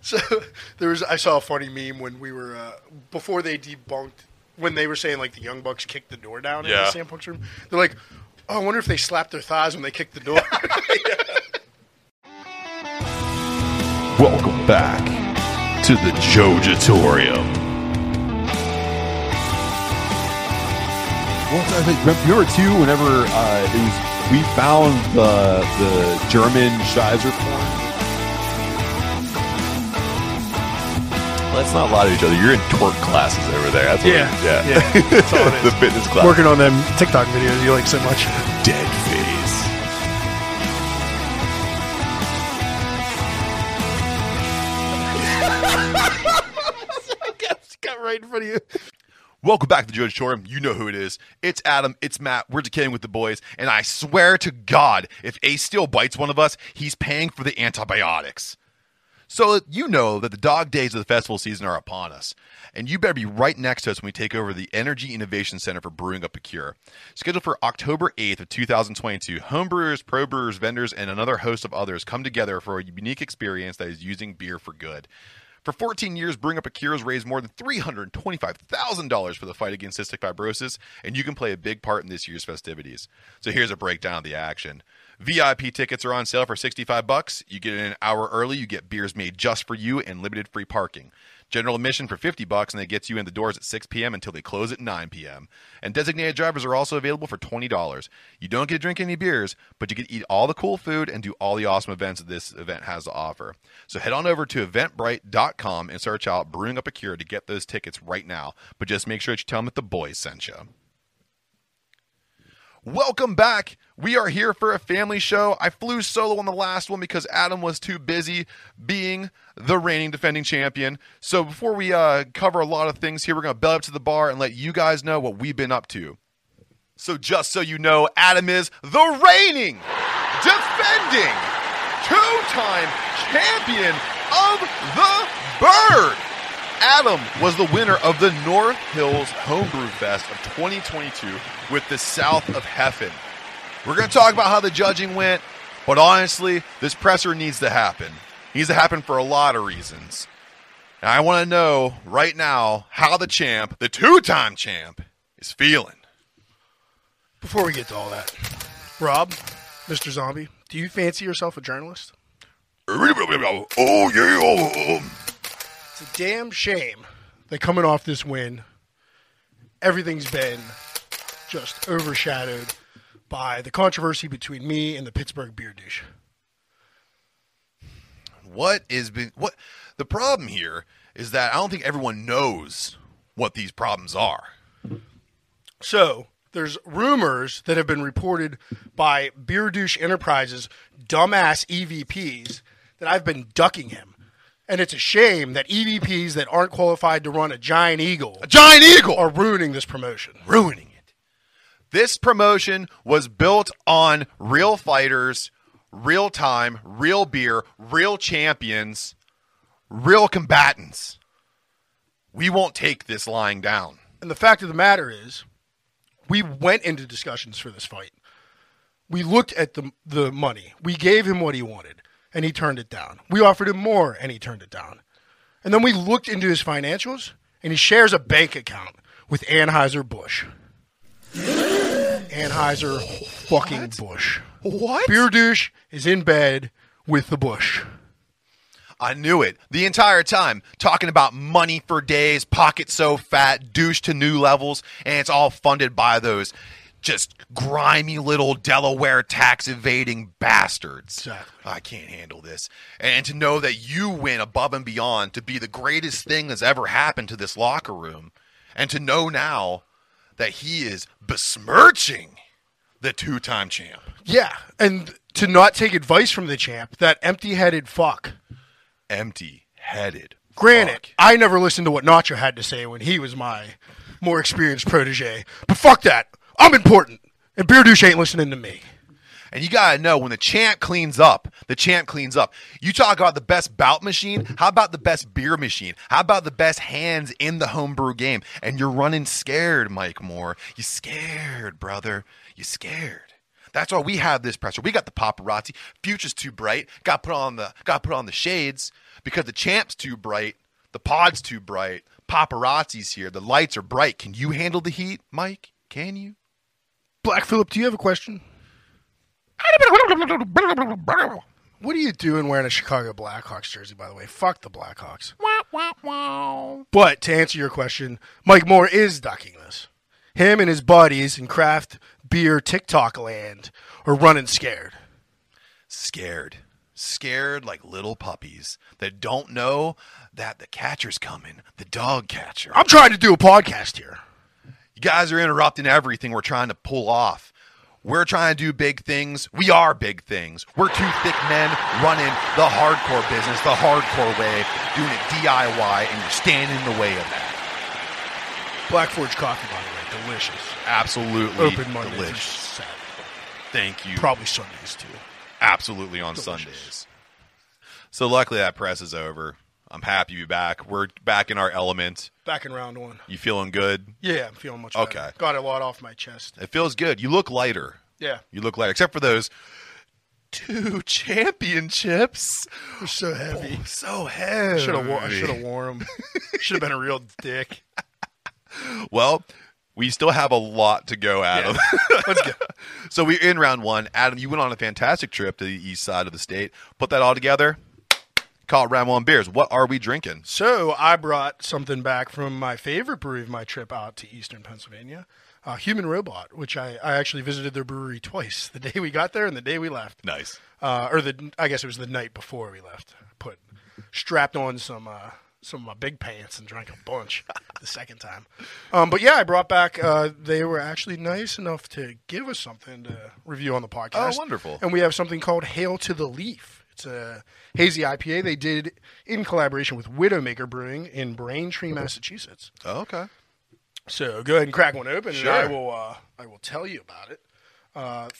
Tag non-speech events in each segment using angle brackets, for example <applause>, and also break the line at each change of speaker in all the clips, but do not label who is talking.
So <laughs> there was I saw a funny meme when we were uh, before they debunked when they were saying like the young bucks kicked the door down in
Yeah.
the Sam Punk's room. They're like, oh, I wonder if they slapped their thighs when they kicked the door.
Welcome back to the Jojatorium.
Well, I think remember too. Whenever uh, it was, we found the the German Schweizer porn. Let's not lie to each other. You're in twerk classes over there. That's what
<laughs> Yeah.
yeah.
Yeah,
<laughs>
that's all it
the
is.
fitness class.
Working on them TikTok videos you like so much.
dead face.
<laughs> Got right in front of you.
Welcome back to Judge Shoreham. You know who it is. It's Adam. It's Matt. We're decaying with the boys. And I swear to God, if Ace still bites one of us, he's paying for the antibiotics. So that you know that the dog days of the festival season are upon us. And you better be right next to us when we take over the Energy Innovation Center for Brewing Up a Cure. Scheduled for October 8th of 2022, homebrewers, pro brewers, vendors, and another host of others come together for a unique experience that is using beer for good. For 14 years, Brewing Up a Cure has raised more than $325,000 for the fight against cystic fibrosis, and you can play a big part in this year's festivities. So here's a breakdown of the action. VIP tickets are on sale for 65 bucks. You get in an hour early, you get beers made just for you and limited free parking. General admission for 50 bucks and that gets you in the doors at 6 p.m. until they close at 9 p.m. And designated drivers are also available for $20. You don't get to drink any beers, but you get to eat all the cool food and do all the awesome events that this event has to offer. So head on over to eventbrite.com and search out Brewing Up a Cure to get those tickets right now. But just make sure that you tell them that the boys sent you. Welcome back. We are here for a family show. I flew solo on the last one because Adam was too busy being the reigning defending champion. So before we uh, cover a lot of things here, we're going to bell up to the bar and let you guys know what we've been up to. So just so you know, Adam is the reigning, defending, two-time champion of the bird. Adam was the winner of the North Hills Homebrew Fest of 2022 with the South of Heffen. We're going to talk about how the judging went, but honestly, this presser needs to happen. Needs to happen for a lot of reasons. And I want to know right now how the champ, the two-time champ, is feeling.
Before we get to all that, Rob, Mr. Zombie, do you fancy yourself a journalist?
Oh yeah!
It's a damn shame that coming off this win, everything's been just overshadowed by the controversy between me and the Pittsburgh beer douche.
What is been what? The problem here is that I don't think everyone knows what these problems are.
So there's rumors that have been reported by Beer Douche Enterprises dumbass EVPs that I've been ducking him. And it's a shame that EVPs that aren't qualified to run a giant eagle
Giant eagle.
are ruining this promotion.
ruining it. This promotion was built on real fighters, real time, real beer, real champions, real combatants. We won't take this lying down.
And the fact of the matter is, we went into discussions for this fight. We looked at the the money. We gave him what he wanted, and he turned it down. We offered him more, and he turned it down. And then we looked into his financials, and he shares a bank account with Anheuser Busch. Anheuser fucking Busch.
What?
Beer douche is in bed with the Bush.
I knew it the entire time. Talking about money for days, pocket so fat, douche to new levels, and it's all funded by those just grimy little Delaware tax evading bastards.
Exactly.
I can't handle this. And to know that you went above and beyond to be the greatest thing that's ever happened to this locker room, and to know now that he is besmirching the two time champ.
Yeah, and to not take advice from the champ, that empty-headed fuck.
Empty headed.
Granted, I never listened to what Nacho had to say when he was my more experienced protege, but fuck that. I'm important, and Beer Douche ain't listening to me.
And you gotta know when the champ cleans up, the champ cleans up. You talk about the best bout machine. How about the best beer machine? How about the best hands in the homebrew game? And you're running scared, Mike Moore. You scared, brother. You scared. That's why we have this pressure. We got the paparazzi. Future's too bright. Got put on the got put on the shades because the champ's too bright. The pod's too bright. Paparazzi's here. The lights are bright. Can you handle the heat, Mike? Can you?
Black Phillip, do you have a question? What are you doing wearing a Chicago Blackhawks jersey, by the way? Fuck the Blackhawks. But to answer your question, Mike Moore is ducking this. Him and his buddies in craft beer TikTok land are running scared.
Scared. Scared like little puppies that don't know that the catcher's coming, the dog catcher.
I'm trying to do a podcast here.
You guys are interrupting everything we're trying to pull off. We're trying to do big things. We are big things. We're two thick men running the hardcore business, the hardcore way, doing it DIY, and you're standing in the way of that.
Black Forge coffee, by the way, delicious.
Absolutely
Open Monday through
delicious.
Saturday.
Thank you.
Probably Sundays too.
absolutely on
Delicious.
Sundays. So luckily that press is over. I'm happy to be back. We're back in our element.
Back in round one.
You feeling good?
Yeah, I'm feeling much
Okay.
better. Got a lot off my chest.
It feels good. You look lighter.
Yeah.
You look lighter, except for those two <laughs> championships.
We're so heavy.
Oh, so heavy.
Should have wore, I should have worn them. should have been a real dick.
Well, we still have a lot to go, Adam. <laughs>
Let's go.
so we're in round one. Adam, you went on a fantastic trip to the east side of the state. Put that all together. Call it round one beers. What are we drinking?
So I brought something back from my favorite brewery of my trip out to Eastern Pennsylvania, uh, Human Robot, which I, I actually visited their brewery twice: the day we got there and the day we left.
Nice.
uh, or the I guess it was the night before we left. I Put strapped on some uh, some of my big pants and drank a bunch <laughs> the second time. Um, but yeah, I brought back. Uh, they were actually nice enough to give us something to review on the podcast.
Oh, wonderful.
And we have something called Hail to the Leaf. It's a hazy IPA they did in collaboration with Widowmaker Brewing in Braintree, Massachusetts.
Oh, okay.
So go ahead and crack one open,
Sure.
and I will. Uh, I will tell you about it. Uh,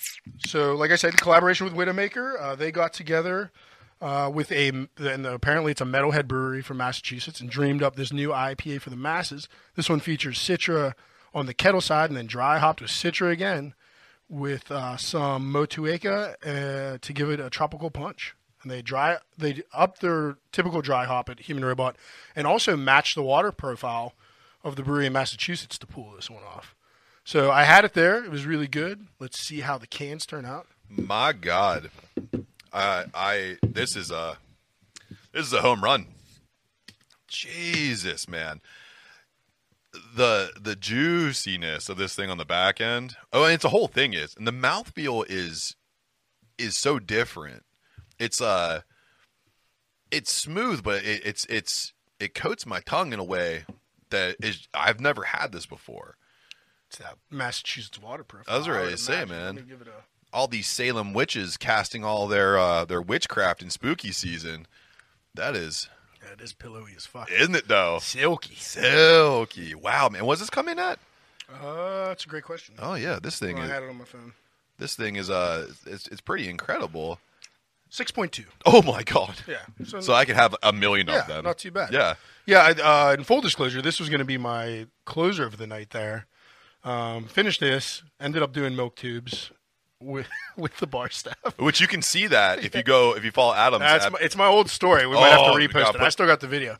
so, like I said, collaboration with Widowmaker, uh, they got together uh, with a, and apparently it's a metalhead brewery from Massachusetts, and dreamed up this new IPA for the masses. This one features Citra on the kettle side, and then dry hopped with Citra again, with uh, some Motueka uh, to give it a tropical punch. And they dry, they up their typical dry hop at Human Robot, and also match the water profile of the brewery in Massachusetts to pull this one off. So I had it there. It was really good. Let's see how the cans turn out.
My God, I I this is a this is a home run. Jesus, man, the the juiciness of this thing on the back end. Oh, and it's a whole thing is, and the mouthfeel is is so different. It's uh, it's smooth, but it, it's it's it coats my tongue in a way that is I've never had this before.
It's that Massachusetts water profile.
That's what I
would
say,
imagine.
man.
Let me give it a-
all these Salem witches casting all their uh, their witchcraft in spooky season. That is,
yeah, it is pillowy as fuck.
isn't it though?
Silky.
Silky. Wow, man. What's this coming at?
Uh, that's a great question.
Oh yeah, this thing
I
is
had it on my phone.
this thing is uh it's, it's pretty incredible.
Six point two.
Oh my god.
Yeah. So,
So I could have a million
yeah,
of them.
not too bad.
Yeah.
Yeah. I, uh, in full disclosure, this was going to be my closer of the night. There. Um, finished this. Ended up doing milk tubes with <laughs> with the bar staff.
Which you can see that if you go if you follow Adam's.
That's
ad-
my, it's my old story. We might have
Oh,
to
we
repost
gotta
it.
put-
I still got the video.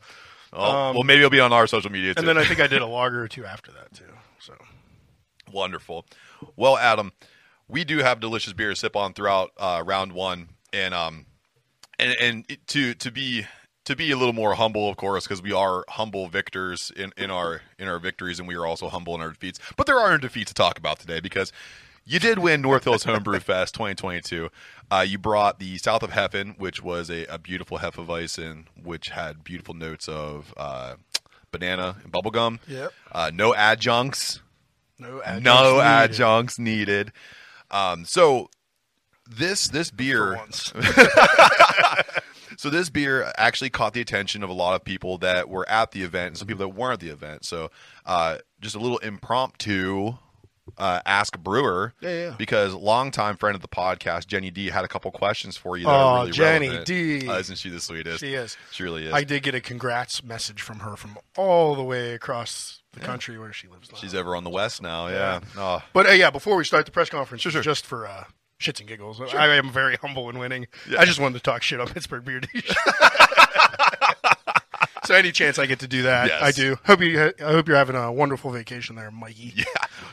oh, well, maybe it'll be on our social media too.
um, And then I think I did a logger or two after that too. So
Wonderful. Well, Adam, we do have delicious beer to sip on throughout uh, round one, and um, and and it- to to be to be a little more humble, of course, because we are humble victors in, in our in our victories, and we are also humble in our defeats. But there are no defeats to talk about today because you did win North Hills Homebrew Fest 2022. Uh, you brought the South of Heffen, which was a, a beautiful hefeweizen, which had beautiful notes of uh, banana and bubblegum.
Yep.
Uh, no adjuncts
no adjuncts.
no
needed
adjuncts needed. Um, so this this
for <laughs>
beer,
once.
so this beer actually caught the attention of a lot of people that were at the event and some people that weren't at the event. So uh, just a little impromptu. Uh, ask brewer
Yeah, yeah.
because longtime friend of the podcast Jenny D had a couple questions for you. That
Aw,
are really
Jenny
relevant.
D.
Uh, isn't she the sweetest?
She is.
She really is.
I did get a congrats message from her from all the way across the country where she lives. now.
She's over on the west now. Yeah. Oh, <laughs>
But uh, yeah, before we start the press conference, just for uh, shits and giggles. I am very humble and winning. I just wanted to talk shit on Pittsburgh beer. <laughs> Dish. so any chance I get to do that,
Yes.
I do. Hope you. ha- I hope you're having a wonderful vacation there, Mikey.
Yeah,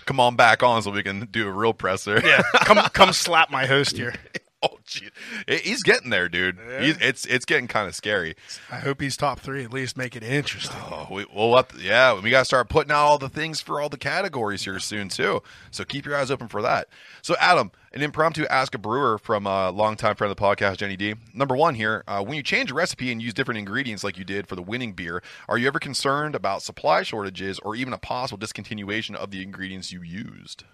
come on back on so we can do a real presser.
Yeah, come come slap my <laughs> host here.
<laughs> oh, gee. He- He's getting there, dude. He's, it's it's getting kind of scary.
I hope he's top three. At least make it interesting.
Oh, we, we'll up, yeah, we got to start putting out all the things for all the categories here soon too. So keep your eyes open for that. So Adam, an impromptu ask a brewer from a longtime friend of the podcast, Jenny D. Number one here, uh, when you change a recipe and use different ingredients like you did for the winning beer, are you ever concerned about supply shortages or even a possible discontinuation of the ingredients you used?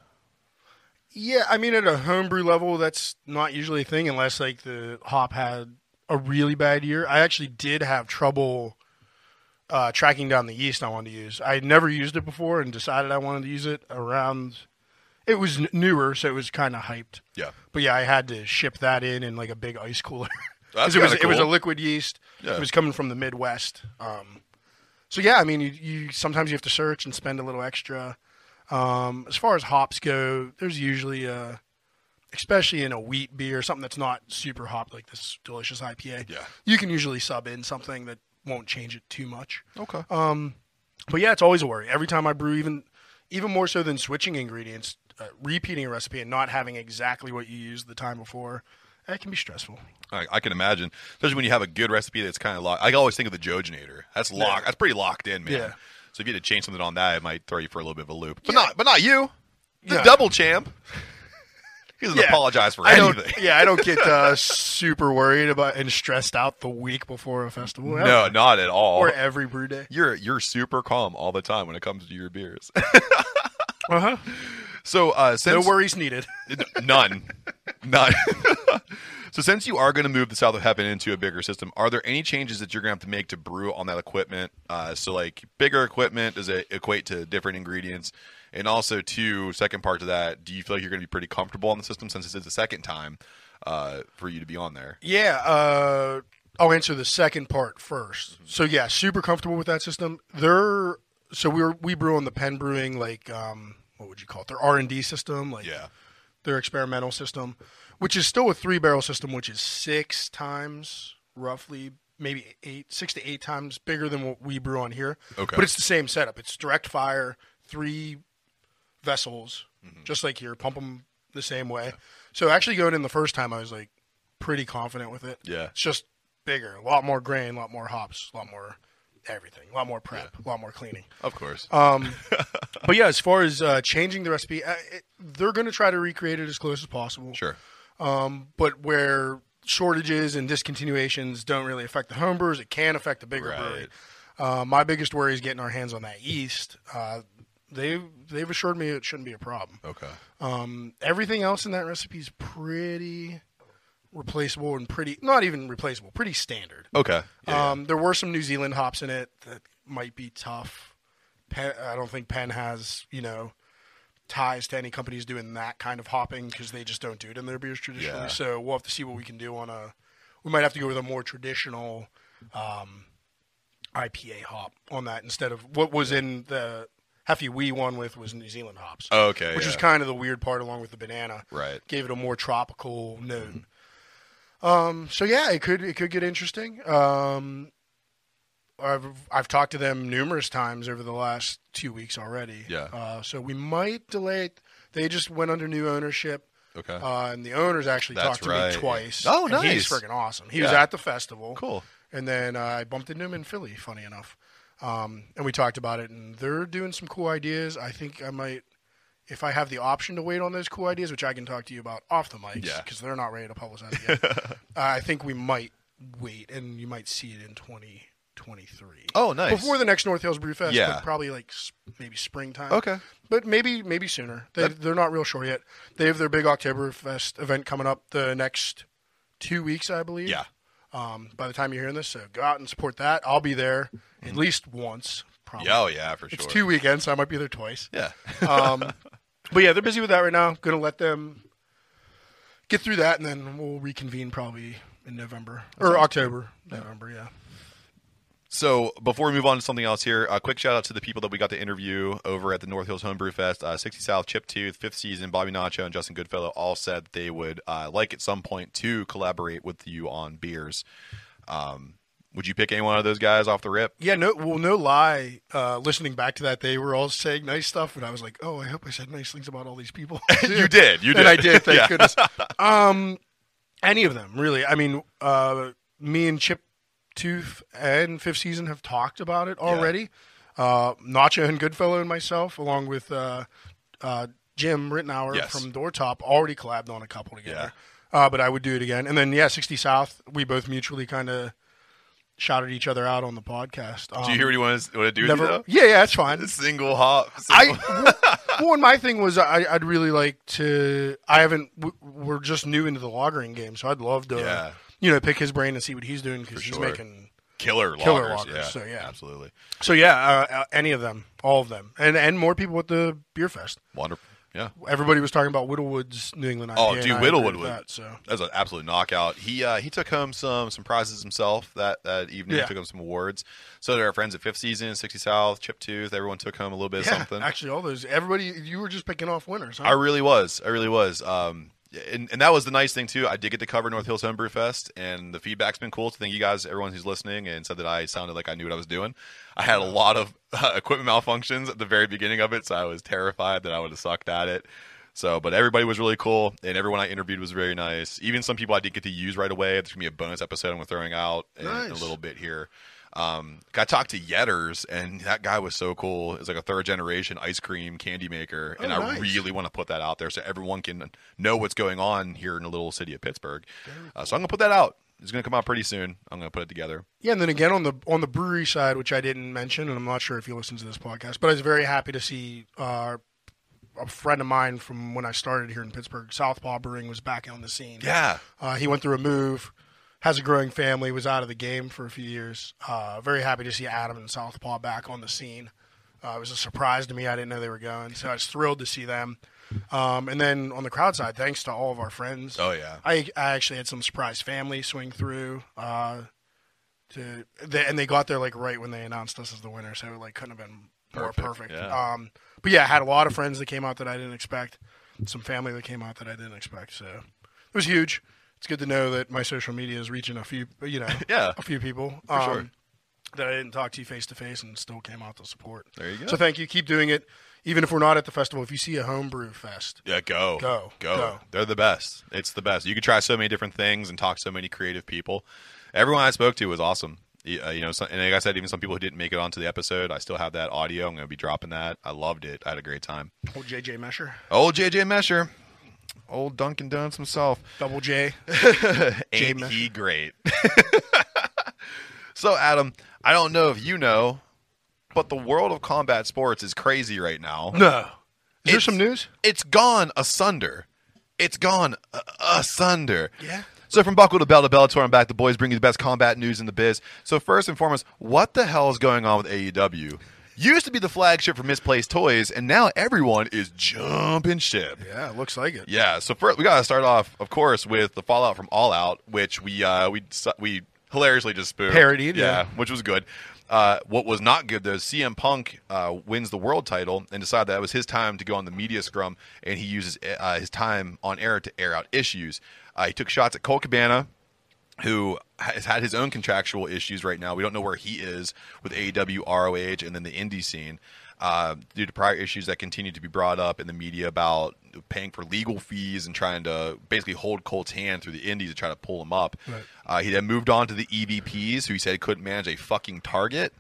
Yeah, I mean at a homebrew level, that's not usually a thing unless like the hop had a really bad year. I actually did have trouble uh, tracking down the yeast I wanted to use. I had never used it before and decided I wanted to use it around. It was n- newer, so it was kind of hyped.
Yeah.
But yeah, I had to ship that in in like a big ice cooler. <laughs> 'Cause
That's
it was
kinda
it was a
cool.
liquid yeast.
Yeah.
It was coming from the Midwest. Um, so yeah, I mean, you, you sometimes you have to search and spend a little extra. Um, as far as hops go, there's usually a, especially in a wheat beer, something that's not super hopped like this delicious IPA.
Yeah.
you can usually sub in something that won't change it too much.
Okay.
But yeah, it's always a worry. Every time I brew, even even more so than switching ingredients, uh, repeating a recipe and not having exactly what you used the time before, that can be stressful.
I, I can imagine, especially when you have a good recipe that's kind of locked. I always think of the Jojinator. That's locked. That's pretty locked in, man.
Yeah.
So if you had to change something on that, it might throw you for a little bit of a loop. But not, but not you, the
Yeah.
double champ. He doesn't
Yeah.
apologize for
I don't.
anything.
<laughs> Yeah, I don't get uh, super worried about and stressed out the week before a festival.
<laughs> No, not at all.
or every brew day.
you're you're super calm all the time when it comes to your beers. <laughs>
Uh huh.
so uh,
No
since
worries needed. <laughs>
None. None. <laughs> so since you are going to move the South of Heaven into a bigger system, are there any changes that you're going to have to make to brew on that equipment? Uh, so like bigger equipment, does it equate to different ingredients? And also, too, second part to that, do you feel like you're going to be pretty comfortable on the system since this is the second time uh, for you to be on there?
Yeah, uh, I'll answer the second part 1st Mm-hmm. So yeah, super comfortable with that system. They're so we were we brew on the pen brewing like um, what would you call it? Their R and D system, like
Yeah.
their experimental system, which is still a three barrel system, which is six times roughly maybe eight six to eight times bigger than what we brew on here.
Okay.
but it's the same setup. It's direct fire, three vessels,
Mm-hmm.
just like here. Pump them the same way. So actually going in the first time, I was like pretty confident with it.
Yeah.
It's just bigger, a lot more grain, a lot more hops, a lot more everything, a lot more prep, a lot more cleaning.
Of course.
Uh, Um,
<laughs>
But yeah, as far as uh, changing the recipe, uh, it, they're going to try to recreate it as close as possible.
sure.
But where shortages and discontinuations don't really affect the home brewers, it can affect the bigger brewery.
Right.
Uh, my biggest worry is getting our hands on that yeast. Uh, they they've assured me it shouldn't be a problem. Um,
Okay.
Everything else in that recipe is pretty replaceable and pretty not even replaceable, pretty standard.
Okay. Yeah.
Um, there were some New Zealand hops in it that might be tough. Penn, I don't think Penn has you know ties to any companies doing that kind of hopping because they just don't do it in their beers traditionally.
Yeah.
So we'll have to see what we can do on a. We might have to go with a more traditional um, IPA hop on that instead of what was in the Heffy we one with was New Zealand hops.
Okay,
which is
yeah.
kind of the weird part along with the banana.
Right.
gave it a more tropical note. Um, so yeah, it could it could get interesting. Um, I've I've talked to them numerous times over the last two weeks already.
Yeah.
Uh, so we might delay it. They just went under new ownership.
Okay.
Uh, and the owners actually
That's
talked to
right.
me twice.
Oh,
and
nice.
He's freaking awesome. He was
Yeah.
at the festival.
Cool.
And then uh, I bumped into him in Philly. Funny enough, um, and we talked about it. And they're doing some cool ideas. I think I might, if I have the option to wait on those cool ideas, which I can talk to you about off the mics,
Yeah.
because they're not ready to publicize it
<laughs>
yet. uh, I think we might wait, and you might see it in twenty twenty three.
Oh, nice.
Before the next North Hills Brew Fest,
Yeah.
but probably like s- maybe springtime.
Okay.
But maybe maybe sooner. They, they're not real sure yet. They have their big Oktoberfest event coming up the next two weeks, I believe.
yeah.
Um, by the time you're hearing this, so go out and support that. I'll be there at least once. Probably.
Mm-hmm. Yeah. Oh, yeah. For sure.
Um, It's two weekends, so I might be there twice.
Yeah.
<laughs> Um, but yeah, they're busy with that right now. Going to let them get through that, and then we'll reconvene probably in November or October, November. Yeah.
So before we move on to something else here, a quick shout out to the people that we got to interview over at the North Hills Homebrew Fest. Uh, 60 South, Chip Tooth, Fifth Season, Bobby Nacho, and Justin Goodfellow all said they would uh, like at some point to collaborate with you on beers. Um, would you pick any one of those guys off the rip?
Yeah, no, well, no lie. Uh, listening back to that, they were all saying nice stuff, and I was like, "Oh, I hope I said nice things about all these people."
<laughs> you did. You did.
and I did. Thank
Yeah. <laughs>
goodness. Um, any of them, really. I mean, uh, me and Chip Tooth and Fifth Season have talked about it already. Uh, Nacho and Goodfellow and myself, along with uh, uh, Jim Rittenauer
Yes.
from Doortop, already collabed on a couple together. Uh, but I would do it again. And then, yeah, 60 South, we both mutually kind of shouted each other out on the podcast. Um,
Do you hear what he wants to do?
never-
With you, though? <laughs>
Yeah, yeah, it's fine.
Single hop. <laughs> single-
<laughs> I well, and my thing was I, I'd really like to. I haven't. w- We're just new into the lagering game, so I'd love to,
Yeah.
you know, pick his brain and see what he's doing because he's
sure.
making.
killer
Killer
lagers.
lagers,
Yeah,
so yeah.
absolutely
So yeah, uh, uh, any of them, all of them, and and more people at the beer fest.
wonderful. Yeah.
Everybody was talking about Whittlewood's New England IPA.
Oh,
and
dude,
I
Whittlewood
agree with
would-
that, so
That was an absolute knockout. He uh, he took home some some prizes himself that that evening.
Yeah.
He took home some awards. So did our friends at Fifth Season, Sixty South, Chip Tooth. Everyone took home a little bit of
yeah,
something.
actually, all those everybody you were just picking off winners. Huh?
I really was. I really was. Um, and, and that was the nice thing too. I did get to cover North Hills Homebrew Fest, and the feedback's been cool. So thank you guys, everyone who's listening, and said that I sounded like I knew what I was doing. I had a lot of uh, equipment malfunctions at the very beginning of it, so I was terrified that I would have sucked at it. So, but everybody was really cool, and everyone I interviewed was very nice. Even some people I did get to use right away. There's gonna be a bonus episode I'm throwing out in
Nice.
a little bit here. Um, I talked to Yetters, and that guy was so cool. It's like a third generation ice cream candy maker, and
Oh,
I
nice.
really want to put that out there so everyone can know what's going on here in the little city of Pittsburgh. Uh, so I'm gonna put that out. It's gonna come out pretty soon. I'm gonna put it together.
Yeah, and then again on the on the brewery side, which I didn't mention, and I'm not sure if you listen to this podcast, but I was very happy to see uh, a friend of mine from when I started here in Pittsburgh, Southpaw Brewing, was back on the scene.
Yeah,
uh, he went through a move, has a growing family, was out of the game for a few years. Uh, very happy to see Adam and Southpaw back on the scene. Uh, it was a surprise to me. I didn't know they were going, so I was thrilled to see them. Um, and then on the crowd side, thanks to all of our friends.
Oh, yeah.
I, I actually had some surprise family swing through. Uh, to they, and they got there like right when they announced us as the winner, so it like couldn't have been
Perfect,
more perfect.
yeah.
Um, but yeah, I had a lot of friends that came out that I didn't expect, some family that came out that I didn't expect. So it was huge. It's good to know that my social media is reaching a few, you know,
<laughs> Yeah.
a few people um,
sure.
that I didn't talk to face to face and still came out to support.
There you go.
So thank you. Keep doing it, even if we're not at the festival. If you see a homebrew fest,
yeah. Go,
Go.
go.
Go.
They're the best. It's the best. You can try so many different things and talk to so many creative people. Everyone I spoke to was awesome. Y- Uh, you know, so, and like I said, even some people who didn't make it onto the episode, I still have that audio. I'm gonna be dropping that. I loved it. I had a great time.
old JJ Mesher,
Old JJ Mesher, old Dunkin' Donuts himself.
double J.
Ain't
Jay
he great? <laughs> so, Adam, I don't know if you know, but the world of combat sports is crazy right now.
No, is there
It's-
some news?
It's gone asunder. It's gone a- asunder.
Yeah.
So, from Buckle to Bell to Bellator and back, the boys bring you the best combat news in the biz. So, first and foremost, what the hell is going on with AEW? Used to be the flagship for misplaced toys, and now everyone is jumping ship.
Yeah, it looks like it. <laughs>
Yeah. So first, we gotta start off, of course, with the fallout from All Out, which we uh, we su- we hilariously just spoofed.
Parodied,
Yeah,
yeah.
which was good. Uh, what was not good though, is CM Punk uh, wins the world title and decided that it was his time to go on the media scrum, and he uses uh, his time on air to air out issues. Uh, he took shots at Cole Cabana, who has had his own contractual issues right now. We don't know where he is with E AEW, ROH, and then the indie scene uh, due to prior issues that continue to be brought up in the media about paying for legal fees and trying to basically hold Colt's hand through the indies to try to pull him up.
Right.
Uh, he then moved on to the EVPs, who he said couldn't manage a fucking
<laughs>
target,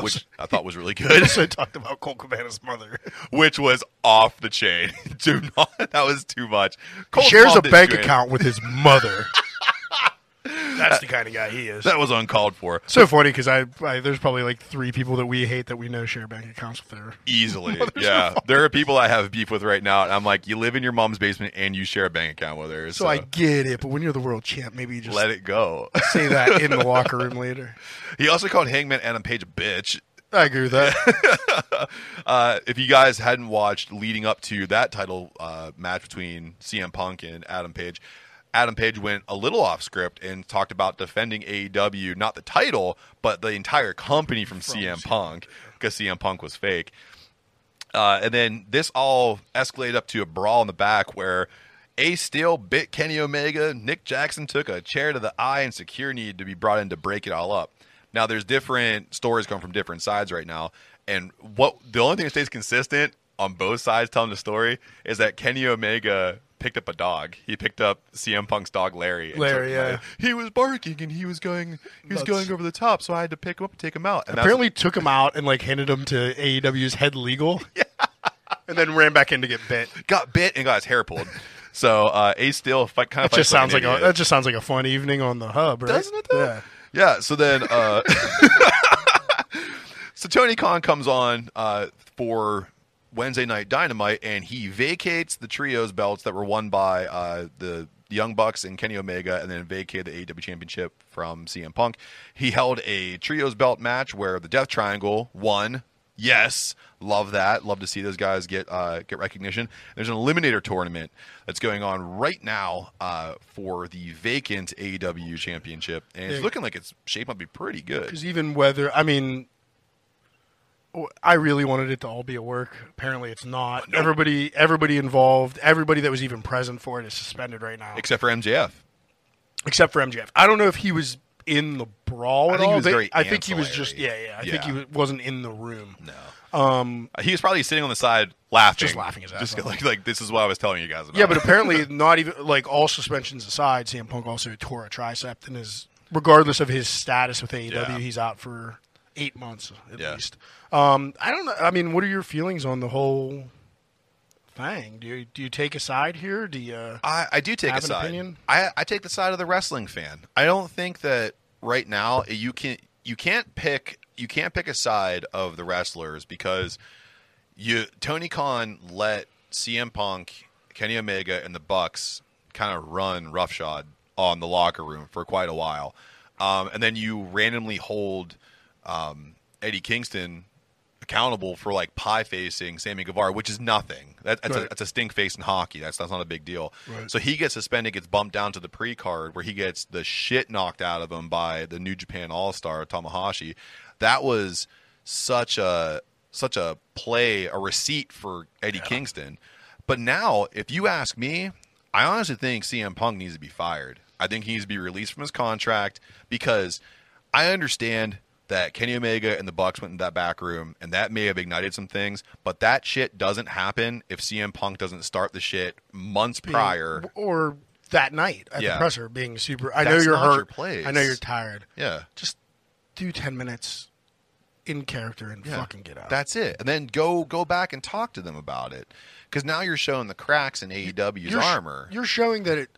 which I thought was really good
So I talked about Cole Cabana's mother.
<laughs> which was off the chain. <laughs> Do not that was too much. Colt
shares a
Swamp didn't
bank
do anything.
account with his mother. <laughs> That's the kind of guy he is.
That was uncalled for
so funny because I, I there's probably like three people that we hate that we know share bank accounts with their.
easily. yeah, there are people I have beef with right now, and I'm like, you live in your mom's basement and you share a bank account with her. So,
So I get it, but when you're the world champ, maybe you just
let it go.
<laughs>
<laughs>
say that in the locker <laughs> room later.
he also called Hangman Adam Page a bitch. <laughs>
I agree with that.
Uh, if you guys hadn't watched leading up to that title uh, match between CM Punk and Adam Page, Adam Page went a little off script and talked about defending AEW, not the title, but the entire company from, CM Punk, because CM Punk was fake. Uh, and then this all escalated up to a brawl in the back where Ace Steel bit Kenny Omega. Nick Jackson took a chair to the eye, and Secure needed to be brought in to break it all up. Now, there's different stories coming from different sides right now, and what the only thing that stays consistent on both sides telling the story is that Kenny Omega picked up a dog. He picked up CM Punk's dog Larry. and
Larry,
took him
yeah.
out. He was barking and he was going he was
Nuts.
going over the top, so I had to pick him up and take him out. And that's-
Apparently took him out and like handed him to AEW's head legal. And then ran back in to get bit.
got bit and got his hair pulled. So uh, Ace Steel fight, kind of
That just sounds like a,
idiot.
that just sounds like a fun evening on the hub, right?
doesn't it? Though?
Yeah.
Yeah. So then, uh, so Tony Khan comes on uh, for Wednesday Night Dynamite, and he vacates the trios belts that were won by uh, the Young Bucks and Kenny Omega, and then vacated the AEW Championship from CM Punk. He held a trios belt match where the Death Triangle won. Yes, love that. Love to see those guys get uh, get recognition. There's an eliminator tournament that's going on right now uh, for the vacant AEW championship, and it's
Yeah.
looking like it's shaping up to be pretty good.
Because even whether I mean, w- I really wanted it to all be a work. Apparently, it's not. Everybody, everybody involved, everybody that was even present for it is suspended right now,
Except for MJF,
except for MJF. I don't know if he was in the brawl
I
at
think he
all.
was
They-
very
I think he was
ancillary.
just yeah, yeah. I think he
Yeah.
wa- wasn't in the room. No.
he was probably sitting on the side laughing,
Um, Just laughing his ass
Just
off.
like like this is what I was telling you guys about.
Yeah, but apparently, not even like all suspensions aside, CM Punk also tore a tricep and is regardless of his status with AEW,
Yeah.
he's out for eight months at
Yeah.
least. Um, I don't know. I mean, what are your feelings on the whole thing? Do you, do you take a side here? Do you? Uh,
I, I do take
Have
a
an
side.
opinion?
I, I take the side of the wrestling fan. I don't think that right now you can you can't pick you can't pick a side of the wrestlers because you Tony Khan let CM Punk, Kenny Omega, and the Bucks kind of run roughshod on the locker room for quite a while, um, and then you randomly hold um, Eddie Kingston accountable for like pie facing Sammy Guevara, which is nothing. That, that's, a,
Right.
that's a stink face in hockey. That's that's not a big deal.
Right.
So he gets suspended, gets bumped down to the pre card where he gets the shit knocked out of him by the New Japan All Star Tamahashi. That was such a such a play, a receipt for Eddie Kingston. But now, if you ask me, I honestly think CM Punk needs to be fired. I think he needs to be released from his contract because I understand that Kenny Omega and the Bucks went in that back room, and that may have ignited some things. But that shit doesn't happen if CM Punk doesn't start the shit months prior.
or that night at
Yeah.
the presser, being super. I know
That's
you're
not your
hurt.
place.
I know you're tired.
Yeah,
Just do ten minutes in character and
yeah.
fucking get out.
That's it. And then go go back and talk to them about it, because now you're showing the cracks in AEW's
sh-
armor.
You're showing that it.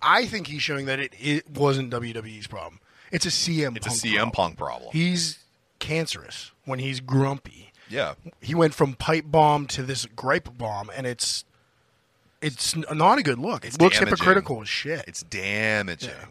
I think he's showing that it, it wasn't WWE's problem. It's a CM.
It's
Punk
a CM
problem.
Punk problem.
He's cancerous when he's grumpy.
yeah,
He went from pipe bomb to this gripe bomb, and it's it's n- not a good look. It
It's
looks
damaging.
hypocritical as shit.
it's damaging,
Yeah.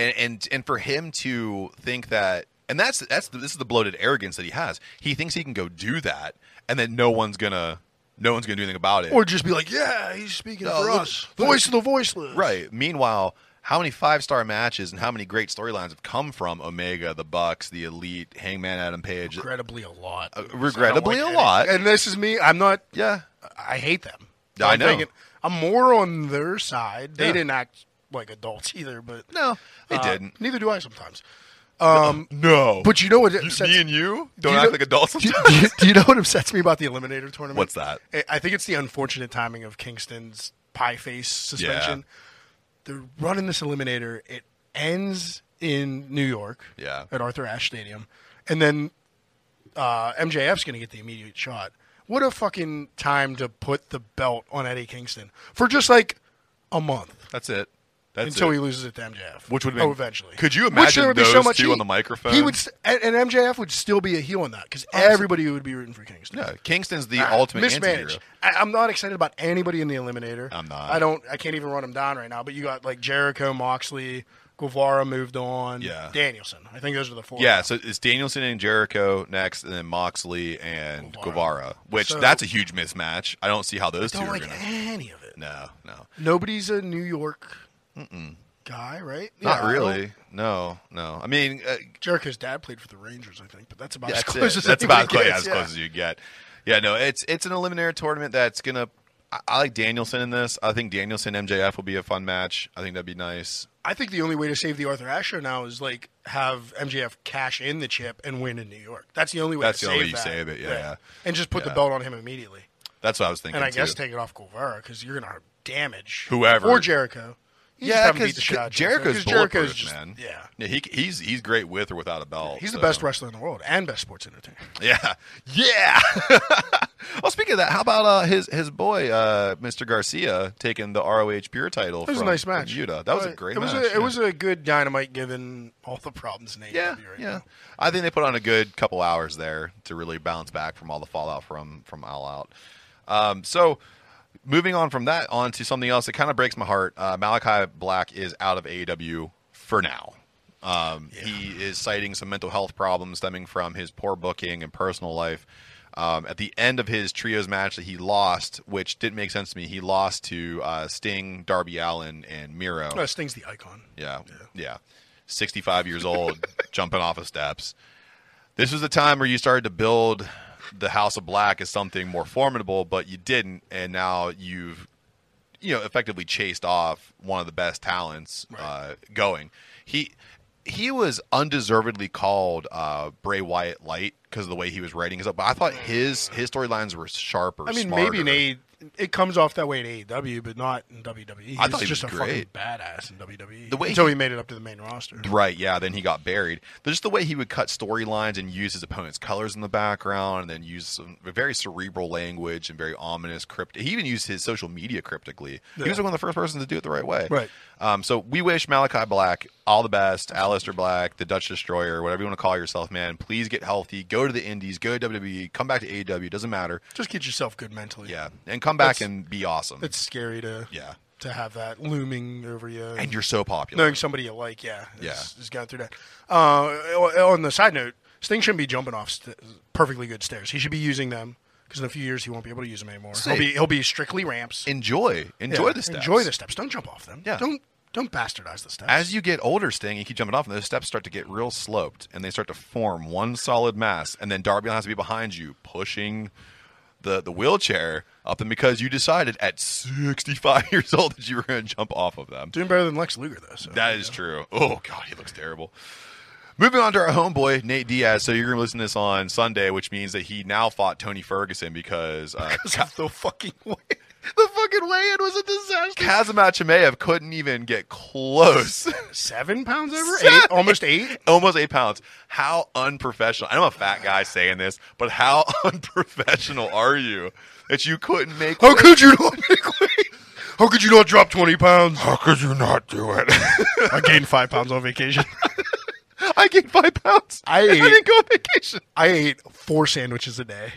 and and and for him to think that, and that's that's the, this is the bloated arrogance that he has. He thinks he can go do that, and then no one's gonna no one's gonna do anything about it.
or just be like, yeah, he's speaking
No,
for
look-
us.
look-
Voice of the voiceless.
Right. Meanwhile, how many five star matches and how many great storylines have come from Omega, the Bucks, the Elite, Hangman Adam Page?
Regrettably, a lot.
Uh, regrettably,
I don't
a
like
lot.
any- And this is me. I'm not.
yeah.
I hate them.
I
I'm
know.
I'm more on their side. They
Yeah.
didn't act like adults either, but
No, they
Uh,
didn't.
Neither do I sometimes. Um,
<laughs> No.
but you know what?
You-
upsets-
me and you don't
you
act
know-
like
<laughs>
adults.
do, you-
sometimes?
do you, do you know what upsets me about the Eliminator tournament?
What's that?
I- I think it's the unfortunate timing of Kingston's pie face suspension. They're running this Eliminator. It ends in New York
Yeah.
at Arthur Ashe Stadium. And then uh, MJF's going to get the immediate shot. What a fucking time to put the belt on Eddie Kingston for just like a month
That's it. That's
until
it.
he loses it to MJF,
Which would've
oh,
been-
eventually.
could you
Which
imagine
there would be
those
much
two on
heat.
the microphone?
He would, s- and, and MJF would still be a heel on that because everybody would be rooting for Kingston.
No, Kingston's the
Ah,
ultimate
mismanaged.
anti-hero.
I, I'm not excited about anybody in the Eliminator.
I'm not.
I don't. I can't even run them down right now. But you got like Jericho, Moxley, Guevara moved on.
Yeah.
Danielson. I think those are the four.
Yeah, so it's Danielson and Jericho next, and then Moxley and Guevara,
Guevara.
which
So-
that's a huge mismatch. I don't see how those two
Don't
are
like
going to.
any of it.
No, no.
Nobody's a New York guy, right?
Not
Yeah, I don't-
really. No, no. I mean, uh,
Jericho's dad played for the Rangers, I think, but that's about
yeah,
as
that's
close
it.
as
That's
anybody
about quite
gets,
as
yeah.
close as you get. Yeah, no, it's it's an eliminator tournament that's gonna. I, I like Danielson in this. I think Danielson MJF will be a fun match. I think that'd be nice.
I think the only way to save the Arthur Asher now is like have MJF cash in the chip and win in New York. That's the only way.
That's
to
the
save
only way you
that.
save it, yeah,
Right.
yeah.
and just put the
Yeah.
belt on him immediately,
That's what I was thinking.
and I guess
too.
take it off Guevara because you're gonna damage
Whoever.
or Jericho. You just
yeah,
have him beat
because
the shit out of
Jericho's
'cause
bulletproof,
just-
man. uh,
Yeah,
he, he's he's great with or without a belt.
he's the
so.
best wrestler in the world and best sports entertainer.
Yeah, yeah. <laughs> well, speaking of that, how about uh, his his boy, uh, Mr. Garcia, taking the ROH Pure title?
It was
from,
a nice
from
match.
Utah. That was a
Uh,
great
It was
match.
a,
yeah.
it was a good dynamite given all the problems in AEW.
yeah,
right
yeah.
now.
I think they put on a good couple hours there to really bounce back from all the fallout from from All Out. Um, so. Moving on from that on to something else that kind of breaks my heart. Uh, Malachi Black is out of AEW for now. Um, He is citing some mental health problems stemming from his poor booking and personal life. Um, at the end of his trios match that he lost, which didn't make sense to me, he lost to uh, Sting, Darby Allen, and Miro.
No, Sting's the icon.
Yeah. Yeah. 65 years old, <laughs> jumping off of steps. This was the time where you started to build the House of Black as something more formidable, but you didn't. And now you've, you know, effectively chased off one of the best talents uh, going. He. He was undeservedly called uh, Bray Wyatt light because of the way he was writing his. But I thought his his storylines were sharper.
I mean,
smarter.
maybe in A, it comes off that way in AEW, but not in WWE. He
I thought he
just
was
a
great.
fucking badass in WWE
The way
until
he-
he, made it up to the main roster.
Right, yeah. Then he got buried. But just the way he would cut storylines and use his opponent's colors in the background, and then use some very cerebral language and very ominous crypt. He even used his social media cryptically. He
Yeah.
was one of the first persons to do it the right way.
Right.
Um, so we wish Malachi Black all the best. Alistair Black, the Dutch Destroyer, whatever you want to call yourself, man. Please get healthy. Go to the Indies. Go to WWE. Come back to AEW. Doesn't matter.
Just get yourself good mentally.
Yeah, and come back
That's-
and be awesome.
it's scary to
Yeah.
to have that looming over you.
and you're so popular.
knowing somebody you like, yeah,
Yeah.
has, has gone through that. Uh, on the side note, Sting shouldn't be jumping off st- perfectly good stairs. He should be using them because in a few years he won't be able to use them anymore.
See.
He'll be he'll be strictly ramps.
enjoy, enjoy
Yeah,
the steps.
Enjoy the steps. Don't jump off them.
Yeah.
Don't don't bastardize the steps.
As you get older, Sting, you keep jumping off, and those steps start to get real sloped, and they start to form one solid mass, and then Darby Allin has to be behind you, pushing the, the wheelchair up, and because you decided at 65 <laughs> years old that you were going to jump off of them.
Doing better than Lex Luger though. So.
That is true. Oh, God, he looks terrible. Moving on to our homeboy, Nate Diaz. So you're going to listen to this on Sunday, which means that he now fought Tony Ferguson because uh,
the fucking way. <laughs> The fucking weigh-in was a disaster.
Kazuma Chimaev couldn't even get close.
Seven pounds over,
Seven.
eight, almost eight.
almost eight pounds. How unprofessional! I'm a fat guy saying this, but how <laughs> unprofessional are you that you couldn't make?
How could you not make weight? How could you not drop twenty pounds?
How could you not do it?
I gained five pounds on vacation.
<laughs> I gained five pounds.
I
and I
ate-
didn't go on vacation.
<laughs> I ate four sandwiches a day.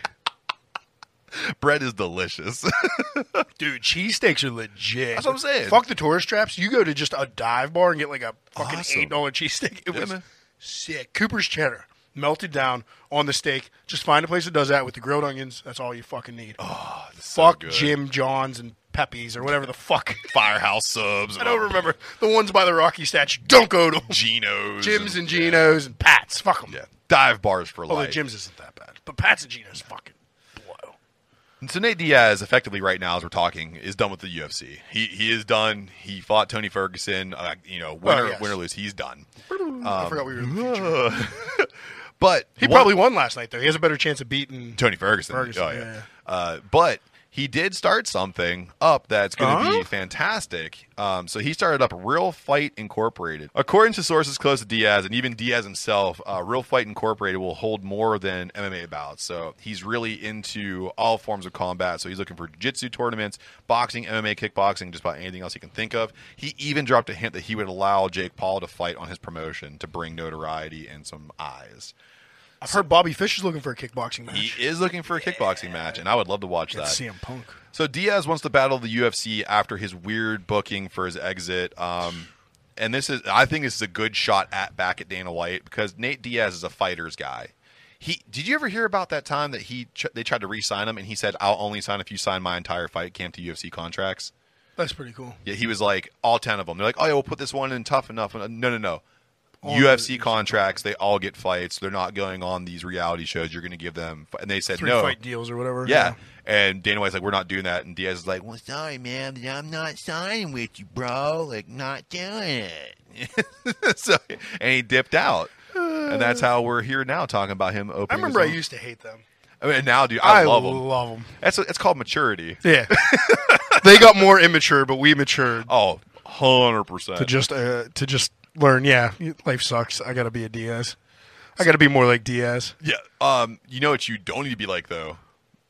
Bread is delicious. <laughs>
Dude, cheesesteaks are legit.
That's what I'm saying.
Fuck the tourist traps. You go to just a dive bar and get like a fucking
Awesome.
eight dollar cheesesteak. It
Yeah,
was
man.
sick. Cooper's cheddar. Melted down on the steak. Just find a place that does that with the grilled onions. That's all you fucking need.
Oh,
fuck
good.
Jim John's and Pepe's or whatever the fuck. <laughs>
Firehouse subs. Oh,
I don't remember the ones by the Rocky statue. Don't go to 'em.
Geno's.
Jim's and Oh, Geno's and Pat's. Fuck them.
Yeah. Dive bars for
Although
life.
Jim's isn't that bad, but Pat's and Geno's fucking blow.
So Nate Diaz, effectively right now as we're talking, is done with the UFC. He he is done. He fought Tony Ferguson. Uh, you know, winner
yes.
win or lose, he's done.
I forgot we were. <laughs> in the future.
But
He
one-
probably won last night though. He has a better chance of beating.
Tony Ferguson.
Ferguson,
oh, yeah.
yeah, yeah.
Uh, but he did start something up that's going to be
Huh?
fantastic. Um, so he started up Real Fight Incorporated. According to sources close to Diaz and even Diaz himself, uh, Real Fight Incorporated will hold more than MMA bouts. So he's really into all forms of combat. So he's looking for jiu-jitsu tournaments, boxing, MMA, kickboxing, just about anything else he can think of. He even dropped a hint that he would allow Jake Paul to fight on his promotion to bring notoriety and some eyes.
I've heard Bobby Fish is looking for a kickboxing match.
He is looking for a kickboxing match, and I would love to watch that.
That's CM Punk.
So Diaz wants to battle the UFC after his weird booking for his exit. Um, and this is, I think, this is a good shot at back at Dana White because Nate Diaz is a fighter's guy. He did you ever hear about that time that he ch- they tried to re-sign him and he said, "I'll only sign if you sign my entire fight camp to UFC contracts."
That's pretty cool.
Yeah, he was like all ten of them. They're like, oh yeah, we'll put this one in tough enough. No, no, no.
All
UFC
these-
contracts, they all get fights. They're not going on these reality shows. You're going to give them, fi-" and they said
Three
no.
fight deals or whatever.
Yeah. And Dana White's like, we're not doing that. And Diaz is like, well, sorry, man, but I'm not signing with you, bro. Like, not doing it. <laughs> so, and he dipped out. And that's how we're here now talking about him opening.
I
his
remember I
own-
used to hate them.
I mean, now, dude, I, love him.
love them.
That's it's called maturity.
Yeah. <laughs> they got more immature, but we matured
Oh, 100
to
percent.
just uh, to just learn. Yeah, life sucks. I got to be a Diaz. I got to be more like Diaz.
Yeah. Um. You know what you don't need to be like though.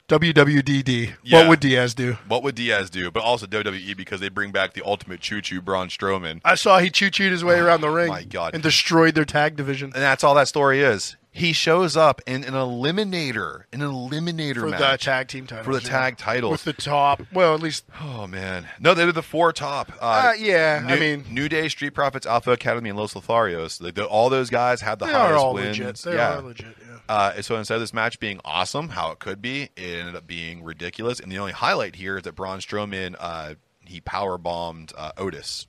WWDD.
Yeah.
What would Diaz do?
What would Diaz do? But also WWE because they bring back the ultimate choo choo Braun Strowman.
I saw he choo chooed his way around the ring
Oh my God.
and destroyed their tag division.
And that's all that story is. He shows up in an eliminator, an eliminator
For the
match.
tag team titles.
For the
yeah.
tag titles.
With the top. Well, at least.
oh man, no, they were the four top. Uh,
Uh, yeah,
New,
I mean-
New Day, Street Profits, Alpha Academy, and Los Lotharios. Like, the- all those guys had the
They
highest
are all
wins.
legit. They
yeah.
are legit. Yeah.
Uh, and so instead of this match being awesome, how it could be, it ended up being ridiculous. And the only highlight here is that Braun Strowman uh, he power bombed uh, Otis.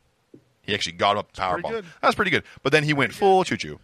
He actually got up power
pretty
bomb.
good.
That's pretty good. But then he went full choo choo.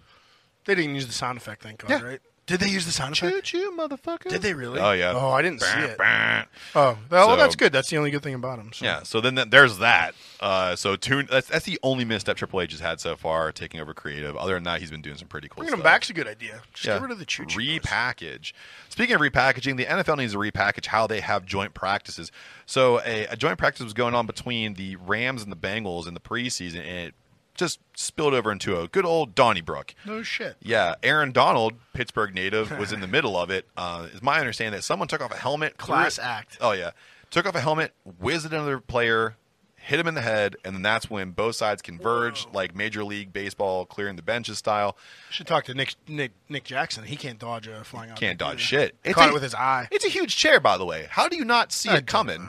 They didn't use the sound effect, thank God,
Yeah.
right? Did they use the sound effect?
Choo choo, motherfucker.
Did they really?
Oh yeah.
Oh, I didn't see it.
Bah, bah.
Oh, well,
So-
that's good. That's the only good thing about him. So.
Yeah. So then th- there's that. Uh, so tune. That's, that's the only misstep Triple H has had so far taking over creative. Other than that, he's been doing some pretty cool.
Bringing him
stuff.
back's a good idea. Just
Yeah.
get rid of the choo choo.
Repackage. Speaking of repackaging, the NFL needs to repackage how they have joint practices. So a, a joint practice was going on between the Rams and the Bengals in the preseason, and it just spilled over into a good old Donnybrook.
No shit.
Yeah, Aaron Donald, Pittsburgh native, was
<laughs>
in the middle of it. Uh, it's my understanding that someone took off a helmet. threw
Class
it-
act.
Oh yeah, took off a helmet, whizzed at another player, hit him in the head, and then that's when both sides converged, like Major League Baseball clearing the benches style.
Should talk to Nick Nick Nick Jackson. He can't dodge a flying object.
Can't dodge
either.
shit.
Caught
a-
it with his eye.
It's a huge chair, by the way. How do you not see it
don't
coming?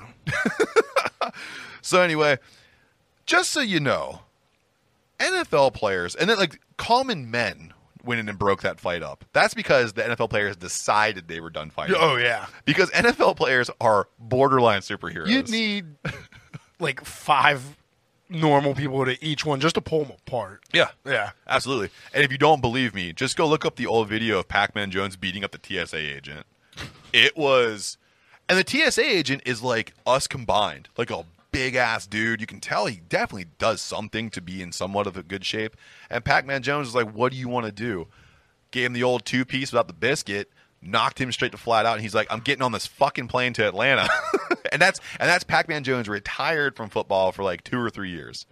<laughs> so anyway, just so you know, NFL players and then like common men went in and broke that fight up. That's because the NFL players decided they were done fighting.
Oh yeah.
Because NFL players are borderline superheroes.
You'd need like five normal people to each one just to pull them apart.
yeah,
Yeah.
absolutely. And if you don't believe me, just go look up the old video of Pac-Man Jones beating up the TSA agent. It was, and the TSA agent is like us combined, like a big ass dude. You can tell he definitely does something to be in somewhat of a good shape. And Pac-Man Jones is like, "What do you want to do?" Gave him the old two piece without the biscuit, knocked him straight to flat out, and he's like, "I'm getting on this fucking plane to Atlanta." <laughs> and that's and that's Pac-Man Jones retired from football for like two or three years.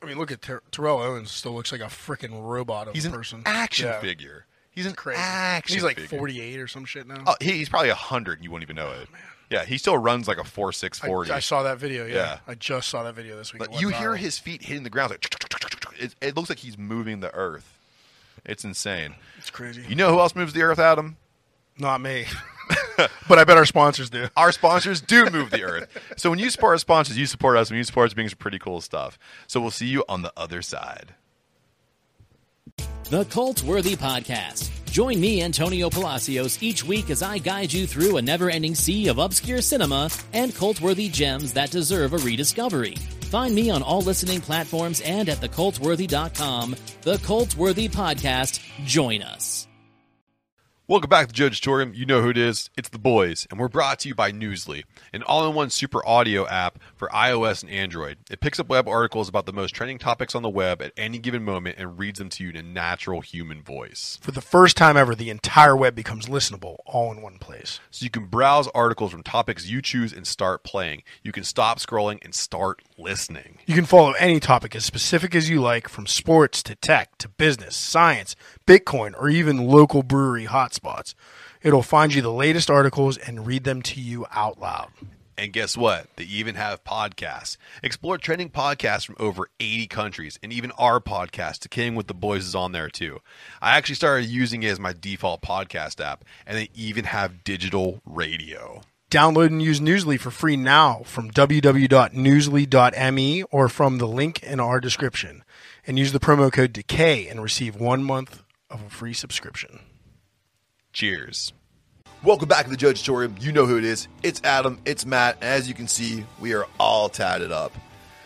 I mean, look at Ter- Terrell Owens. Still looks like a freaking robot of
He's
a
an
person.
action
Yeah.
figure. He's an
Crazy.
action.
He's like
figure.
48 or some shit now.
Oh, he- he's probably hundred. and You wouldn't even know it. Yeah, he still runs like a four six
Oh, I-
forty.
I, saw that video. Yeah.
Yeah.
I just saw that video this week. It
But
went
you hear
viral.
his feet hitting the ground. Like, it, it looks like he's moving the earth. It's insane.
It's crazy.
You know who else moves the earth, Adam?
Not
<laughs>
me. but I bet our sponsors do.
Our sponsors do move the earth. So when you support our sponsors, you support us. When you support us, it brings pretty cool stuff. So we'll see you on the other side.
The Cult Worthy Podcast. Join me, Antonio Palacios, each week as I guide you through a never ending sea of obscure cinema and cult worthy gems that deserve a rediscovery. Find me on all listening platforms and at thecultworthy.com. The Cult Worthy Podcast. Join us.
Welcome back to Judge Torium. You know who it is. It's the boys, and we're brought to you by Newsly, an all-in-one super audio app for iOS and Android. It picks up web articles about the most trending topics on the web at any given moment and reads them to you in a natural human voice.
For the first time ever, the entire web becomes listenable all in one place.
So you can browse articles from topics you choose and start playing. You can stop scrolling and start listening.
You can follow any topic as specific as you like, from sports to tech to business, science, Bitcoin, or even local brewery hotspots. It'll find you the latest articles and read them to you out loud.
And guess what? They even have podcasts. Explore trending podcasts from over 80 countries, and even our podcast, The King with the Boys, is on there too. I actually started using it as my default podcast app, and they even have digital radio.
Download and use Newsly for free now from www.newsly.me E or from the link in our description. And use the promo code DECAY and receive one month of a free subscription.
Cheers. Welcome back to the Judge Showroom. You know who it is. It's Adam. It's Matt. And as you can see, we are all tatted up.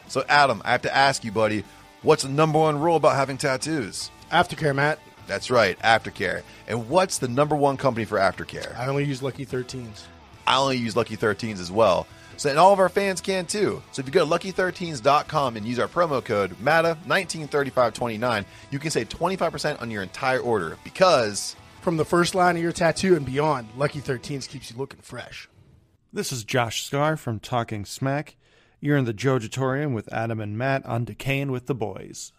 So, Adam, I have to ask you, buddy, what's the number one rule about having tattoos?
Aftercare, Matt.
That's right, aftercare. And what's the number one company for aftercare?
I only use Lucky 13s.
I only use Lucky 13s as well. So, and all of our fans can too. So if you go to lucky13s.com and use our promo code MATA193529, you can save 25% on your entire order because
From the first line of your tattoo and beyond, Lucky 13s keeps you looking fresh.
This is Josh Scar from Talking Smack. You're in the Jojatorium with Adam and Matt on Decaying with the Boys.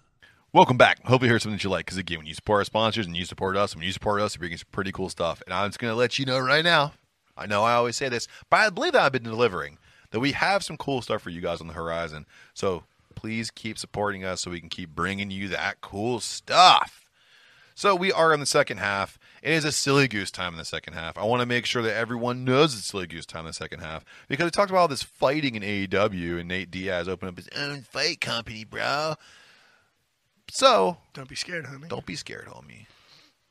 Welcome back. Hope you heard something that you like. Because again, when you support our sponsors and you support us, when you support us, it brings pretty cool stuff. And I'm just going to let you know right now. I know I always say this, but I believe that I've been delivering that we have some cool stuff for you guys on the horizon. So please keep supporting us so we can keep bringing you that cool stuff. So we are in the second half. It is a silly goose time in the second half. I want to make sure that everyone knows it's silly goose time in the second half because we talked about all this fighting in AEW and Nate Diaz opened up his own fight company, bro. So
Don't be scared, homie.
don't be scared, homie.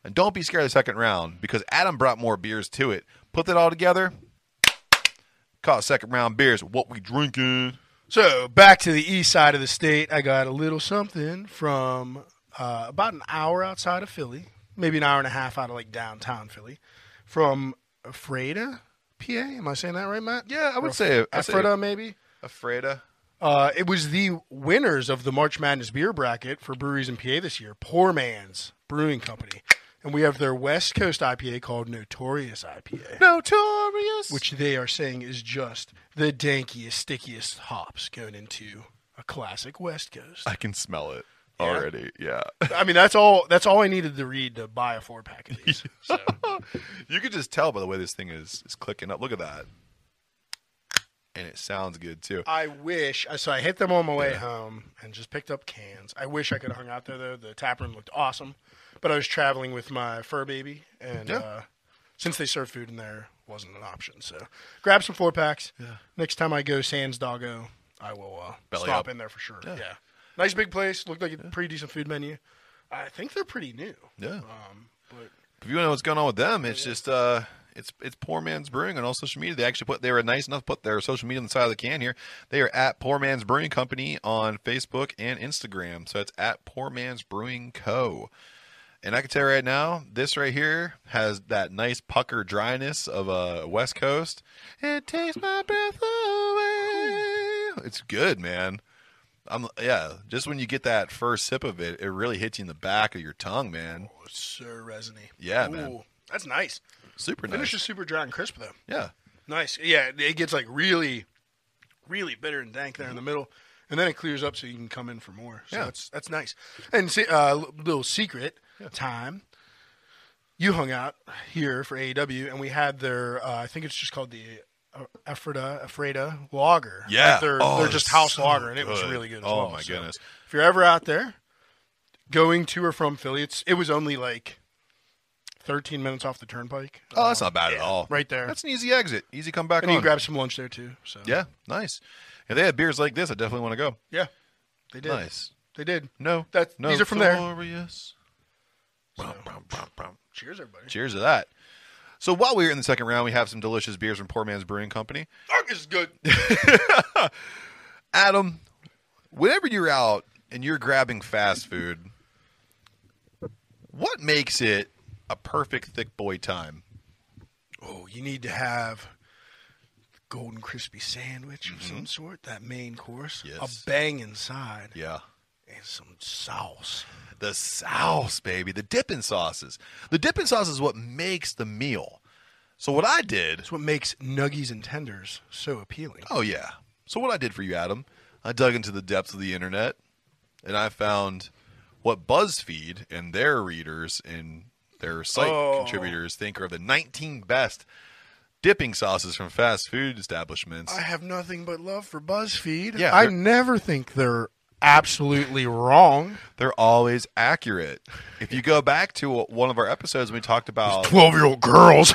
And don't be scared of the second round because Adam brought more beers to it. Put that all together. Caught second round beers. What we drinking?
So back to the east side of the state, I got a little something from uh, about an hour outside of Philly, maybe an hour and a half out of like downtown Philly, from Freda, PA. Am I saying that right, Matt?
Yeah, I would
Or
say- I'd say-
Ephrata, maybe.
Afreda.
Uh, it was the winners of the March Madness beer bracket for breweries in PA this year. Poor Man's Brewing Company, and we have their West Coast IPA called Notorious IPA,
Notorious. Which
which they are saying is just the dankiest, stickiest hops going into a classic West Coast.
I can smell it already. Yeah. <laughs>
I mean, that's all. That's all I needed to read to buy a four pack of these. So,
you can just tell by the way this thing is is clicking up. Look at that. And it sounds good too.
I wish. uh, So I hit them on my way home and just picked up cans. I wish I could have hung out there though. The tap room looked awesome, but I was traveling with my fur baby, and
Yeah.
uh, since they serve food in there, wasn't an option. So grab some four packs. Next time I go Sans Doggo, I will uh,
Belly
stop
up.
in there for sure. Yeah. Nice big place. Looked like a pretty decent food menu. I think they're pretty new.
Yeah.
Um, but
If you want to know what's going on with them, it's just uh, it's it's poor man's brewing on all social media. They actually put they were nice enough to put their social media on the side of the can here. They are at Poor Man's Brewing Company on Facebook and Instagram. So it's at Poor Man's Brewing Co. And I can tell you right now, this right here has that nice pucker dryness of a uh, West Coast. It takes my breath away. It's good, man. I'm yeah. Just when you get that first sip of it, it really hits you in the back of your tongue, man.
oh, it's so resiny.
Yeah, man.
That's nice.
Super nice.
Finish is super dry and crisp though.
Yeah.
Nice. Yeah, it gets like really, really bitter and dank there in the middle, and then it clears up so you can come in for more. So
Mm-hmm. Yeah.
that's that's nice. And see, uh, little secret time. You hung out here for AEW, and we had their. Uh, I think it's just called the. uh, Ephrata, Ephrata lager.
Yeah.
Like they're,
Oh,
they're just
it's
house
so
lager, and it was
good.
really good as
Oh,
well.
my
So
goodness.
If you're ever out there going to or from Philly, it's, it was only like 13 minutes off the turnpike.
Oh, that's not bad at all.
right there.
That's an easy exit. Easy come back
and
on.
you grabbed some lunch there too. So
yeah, nice. If they had beers like this, I definitely want to go.
Yeah, they did.
Nice.
They did.
No.
That's-
no.
these are from there.
Glorious. Brum, brum, brum, brum.
Cheers, everybody.
Cheers to that. So while we're in the second round, we have some delicious beers from Poor Man's Brewing Company.
Dark is good.
Adam, whenever you're out and you're grabbing fast food, what makes it a perfect thick boy time?
oh, you need to have golden crispy sandwich of some sort. That main course.
Yes.
A bang inside
Yeah.
and some sauce.
The sauce, baby. The dipping sauces. The dipping sauce is what makes the meal. So what I did,
That's what makes nuggies and tenders so appealing.
oh yeah. So what I did for you, Adam, I dug into the depths of the internet and I found what BuzzFeed and their readers and their site
Oh.
contributors think are the 19 best dipping sauces from fast food establishments.
I have nothing but love for BuzzFeed.
Yeah,
I
they're-
never think they're absolutely wrong.
They're always accurate. If you go back to one of our episodes, we talked about
Twelve-year-old girls.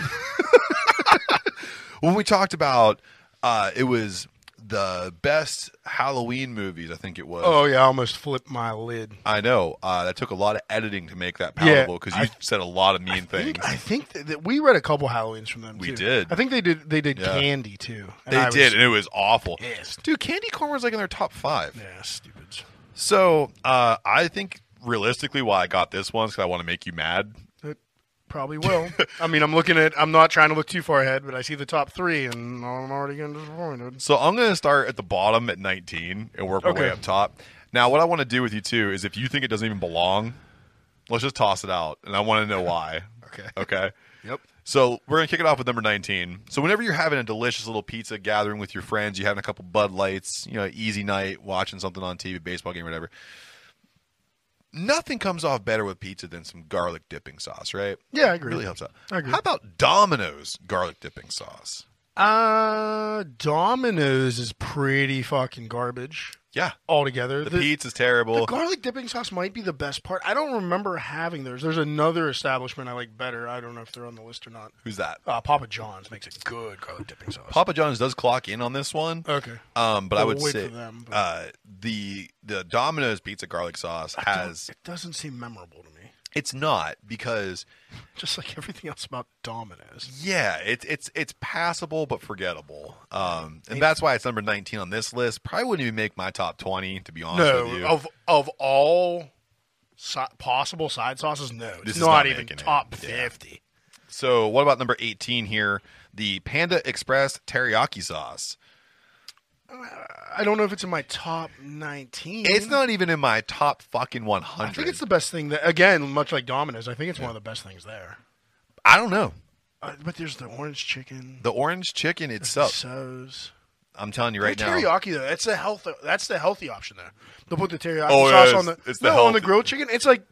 when we talked about uh, it was the best Halloween movies. I think it was.
<laughs> Oh yeah, I almost flipped my lid.
I know uh, that took a lot of editing to make that palatable because you
I-
said a lot of mean
I
things.
think, I think that, that we read a couple Halloweens from them.
We
too.
did.
I think they did. They did
Yeah.
candy too. And
they
I was-
did, and it was awful.
Pissed.
Dude, candy corn was like in their top five.
Yeah, stupids.
So uh, I think realistically, why I got this one is because I want to make you mad.
It probably will. I mean, I'm looking at. I'm not trying to look too far ahead, but I see the top three, and I'm already getting disappointed.
So I'm going to start at the bottom at 19 and work my way
Okay.
up top. Now, what I want to do with you too is if you think it doesn't even belong, let's just toss it out, and I want to know why.
<laughs> Okay.
Okay.
Yep.
So we're gonna kick it off with number 19. So whenever you're having a delicious little pizza gathering with your friends, you having a couple Bud Lights, you know, easy night, watching something on TV, baseball game, whatever. Nothing comes off better with pizza than some garlic dipping sauce, right?
Yeah, I agree.
Really helps out.
I agree.
How about Domino's garlic dipping sauce?
Uh, Domino's is pretty fucking garbage
Yeah,
altogether.
the, pizza's terrible.
Oh, The garlic dipping sauce might be the best part. I don't remember having theirs. There's another establishment I like better. I don't know if they're on the list or not.
Who's that?
Uh, Papa John's makes a good garlic dipping sauce.
Papa John's does clock in on this one.
okay.
Um, but I
Well,
would
wait
say
for them, but-
uh, the the Domino's pizza garlic sauce has
It doesn't seem memorable to me.
it's not because
Just like everything else about Domino's.
Yeah, it's it's it's passable but forgettable, um, and that's why it's number nineteen on this list. Probably wouldn't even make my top twenty, to be honest with
No, oh.
you.
of of all si- possible side sauces, no. It's
This is
not,
not
even
making it.
top
Yeah.
50.
So, what about number eighteen here? The Panda Express teriyaki sauce.
I don't know if it's in my top 19.
It's not even in my top fucking one
I think
hundred.
it's the best thing that again, much like Domino's, I think it's one of the best things there.
I don't know
Uh, but there's the orange chicken.
the orange chicken
Oh.
itself.
So's.
I'm telling you right
the
now.
teriyaki though, that's the health. That's the healthy option there. They'll put the teriyaki
Oh, yeah,
sauce
it's-
on the,
it's the
no on the
healthy-
grilled chicken. It's like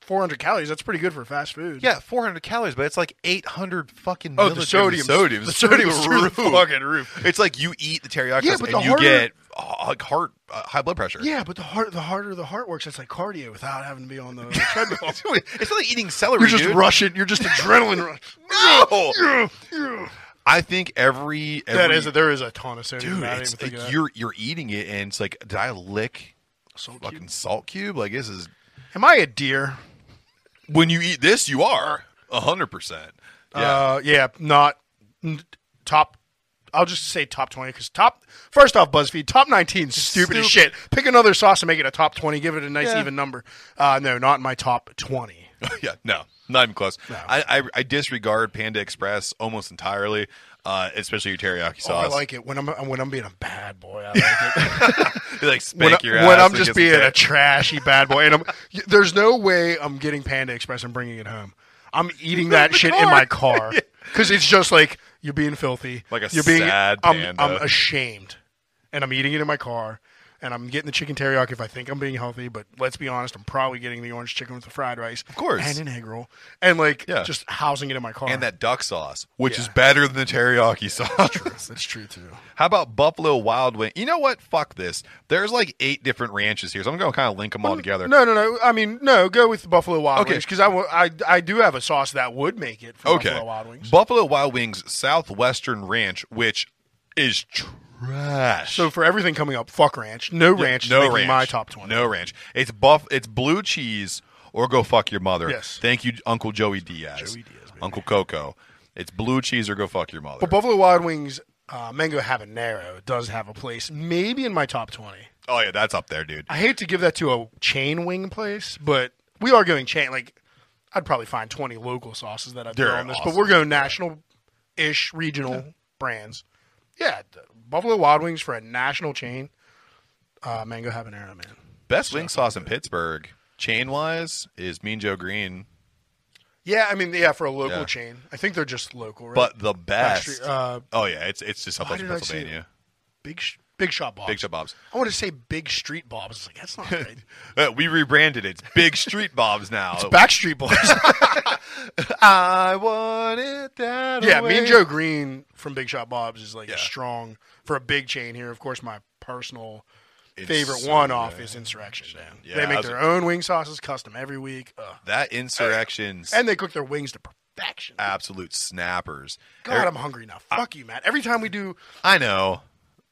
400 calories. That's pretty good for fast food.
Yeah, 400 calories, but it's like 800 fucking.
Oh, the
milligrams of
sodium's-
sodium,
the sodium's through the fucking
roof. It's like you eat the teriyaki
Yeah,
sauce
but
and
the
you
harder-
get uh, like heart uh, high blood pressure.
yeah. But the heart, the harder the heart works, it's like cardio without having to be <laughs> on the treadmill.
It's really- <laughs> it's not like eating celery.
You're just
dude.
rushing. You're just adrenaline rush.
<laughs> No!
<laughs> Yeah, yeah.
I think every, every
That is there is a ton of sodium.
dude.
I didn't
It's,
even think of that.
you're you're eating it, and it's like, did I lick
So cute.
fucking salt cube? Like this is
Am I a deer?
when you eat this, you are hundred percent. Yeah, <laughs>
Uh, yeah, not n- top. I'll just say top twenty because top. First off, BuzzFeed top nineteen, is stupid as shit.
Stupid.
Pick another sauce and make it a top twenty. Give it a nice
Yeah.
even number. Uh, no, not in my top twenty.
yeah, no, not even close. I, I I disregard Panda Express almost entirely, uh, especially your teriyaki
Oh, I
sauce.
like it when I'm when I'm being a bad boy. I
<laughs>
like it.
You, like
when, I,
spank your ass.
am
and
just
get some
being
ter-
a trashy bad boy, and I'm, y- there's no way I'm getting Panda Express and bringing it home. I'm eating that
the
shit in
car.
my
<laughs>
car because it's just like you're being filthy.
Like a
you're being,
sad
I'm,
panda.
I'm ashamed, and I'm eating it in my car, and I'm getting the chicken teriyaki if I think I'm being healthy. But let's be honest, I'm probably getting the orange chicken with the fried rice, of
course.
and an egg roll, and like
Yeah.
just housing it in my car.
and that duck sauce, which
Yeah.
is better than the teriyaki <laughs> sauce.
<laughs> that's true too.
How about Buffalo Wild Wing? You know what? Fuck this. There's like eight different ranches here, so I'm gonna kind of link them all together.
Mm, No, no, no. I mean, no. Go with the Buffalo Wild
Okay.
Wings because I, wa- I, I do have a sauce that would make it. For
okay.
Buffalo Wild Wings.
Buffalo Wild Wings Southwestern Ranch, which is trash.
So for everything coming up, fuck ranch. No ranch. is
no
making
ranch.
My top twenty.
No ranch. It's buff. It's blue cheese or go fuck your mother.
Yes.
Thank you, Uncle Joey Diaz. Joey Diaz Uncle Coco. It's blue cheese or go fuck your mother.
But Buffalo Wild Wings uh, mango habanero does have a place, maybe in my top twenty.
oh yeah, that's up there, dude.
I hate to give that to a chain wing place, but we are going chain. Like I'd probably find twenty local sauces that I've
They're
done on this,
awesome.
but we're going national, ish regional brands. Yeah, the Buffalo Wild Wings for a national chain. Uh, mango habanero, man.
Best wing sauce in Pittsburgh, chain wise, is Mean Joe Green.
Yeah, I mean, yeah, for a local
Yeah.
chain. I think they're just local, right?
But the best.
Actually, uh,
oh yeah, it's it's just Southwestern
did I see-
Pennsylvania.
big, sh- big shop Bob's.
Big Shot Bob's.
I want to say Big Street Bob's. It's like that's
<laughs>
not right.
Uh, we rebranded it. It's Big Street Bob's now.
Backstreet Boys.
<laughs> I want it that
yeah,
way.
me and Joe Green from Big Shot Bob's is like
Yeah.
strong for a big chain here. Of course, my personal
It's
favorite
so
one off is Insurrection. Man.
Yeah,
they
I
make
was-
their own wing sauces, custom every week, Ugh.
That insurrection's
and they cook their wings to perfection.
absolute snappers.
God, I'm hungry now. Fuck you, Matt. Every time we do
I know.